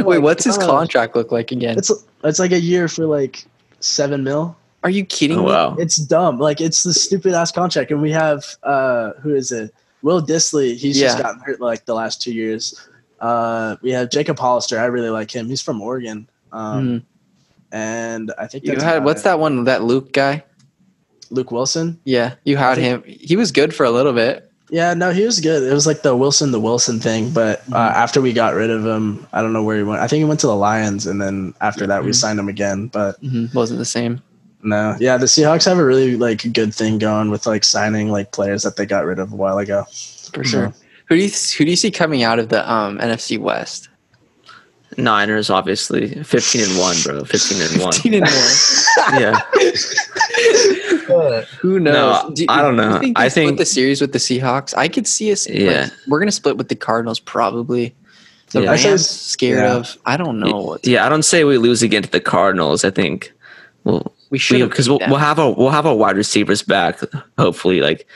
A: Wait, what's his
B: gosh.
A: contract look like again?
B: It's it's like a year for like seven mil.
A: Are you kidding
C: Oh,
A: me?
C: wow.
B: It's dumb. Like it's the stupid ass contract. And we have uh who is it? Will Disley. He's just
A: Yeah.
B: gotten hurt like the last two years. Uh, we have Jacob Hollister. I really like him. He's from Oregon. Um,
A: Hmm.
B: and I think
A: You
B: that's
A: had
B: about
A: what's
B: it.
A: that one? That Luke guy?
B: Luke Wilson.
A: Yeah, you had him. He was good for a little bit.
B: Yeah, no, he was good. It was like the Wilson, the Wilson thing. But
A: Mm-hmm.
B: uh, after we got rid of him, I don't know where he went. I think he went to the Lions, and then after that, we
A: Mhm.
B: signed him again. But
A: Mm-hmm, Wasn't the same.
B: no, yeah, the Seahawks have a really like good thing going with like signing like players that they got rid of a while ago.
C: Mm-hmm.
A: for sure. Who do you who do you see coming out of the um, NFC West?
C: Niners obviously fifteen and one, bro. Fifteen and one.
A: Fifteen and one.
C: yeah.
A: Who knows?
C: No, I don't know. I
A: they split
C: think-
A: the series with the Seahawks. I could see us. like,
C: Yeah.
A: we're gonna split with the Cardinals probably. The
C: Yeah.
B: I say
A: Rams
B: s-
A: scared
B: yeah.
A: of. I don't know. What
C: Yeah, I don't say we lose again to the Cardinals. I think we'll
A: we should
C: because we'll, we'll have a we'll have our wide receivers back hopefully like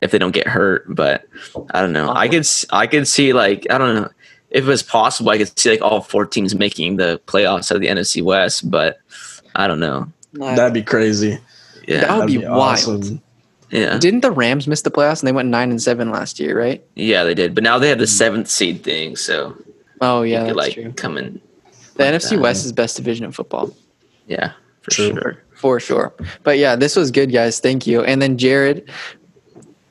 C: if they don't get hurt. But I don't know. I could s- I could see like I don't know if it was possible. I could see like all four teams making the playoffs out of the NFC West, but I don't know.
B: That'd be crazy.
A: That
C: Yeah,
A: would
B: That'd
A: be wild.
C: yeah,
A: Didn't the Rams miss the playoffs and they went nine and seven last year, right?
C: yeah. They did, but now they have the seventh seed thing, so
A: Oh yeah,
C: they
A: that's
C: could, like
A: true.
C: come in.
A: The NFC
C: that.
A: West is best division in football.
C: Yeah, for
B: True.
C: sure.
A: For sure. But yeah, this was good, guys. Thank you. And then Jared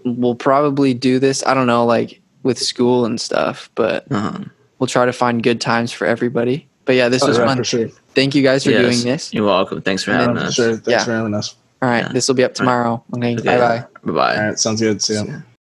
A: will probably do this. I don't know, like with school and stuff, but
C: Uh-huh.
A: we'll try to find good times for everybody. But yeah, this
B: Oh,
A: was
B: yeah,
A: fun.
B: for sure.
A: Thank you guys for
C: Yes.
A: doing this.
C: You're welcome. Thanks for
B: Yeah,
C: having
B: for
C: us.
B: sure. Thanks
A: Yeah.
B: for having us.
A: All right,
C: Yeah.
A: this will be up tomorrow. Okay, bye bye.
C: Bye bye.
B: All right, sounds good. See ya.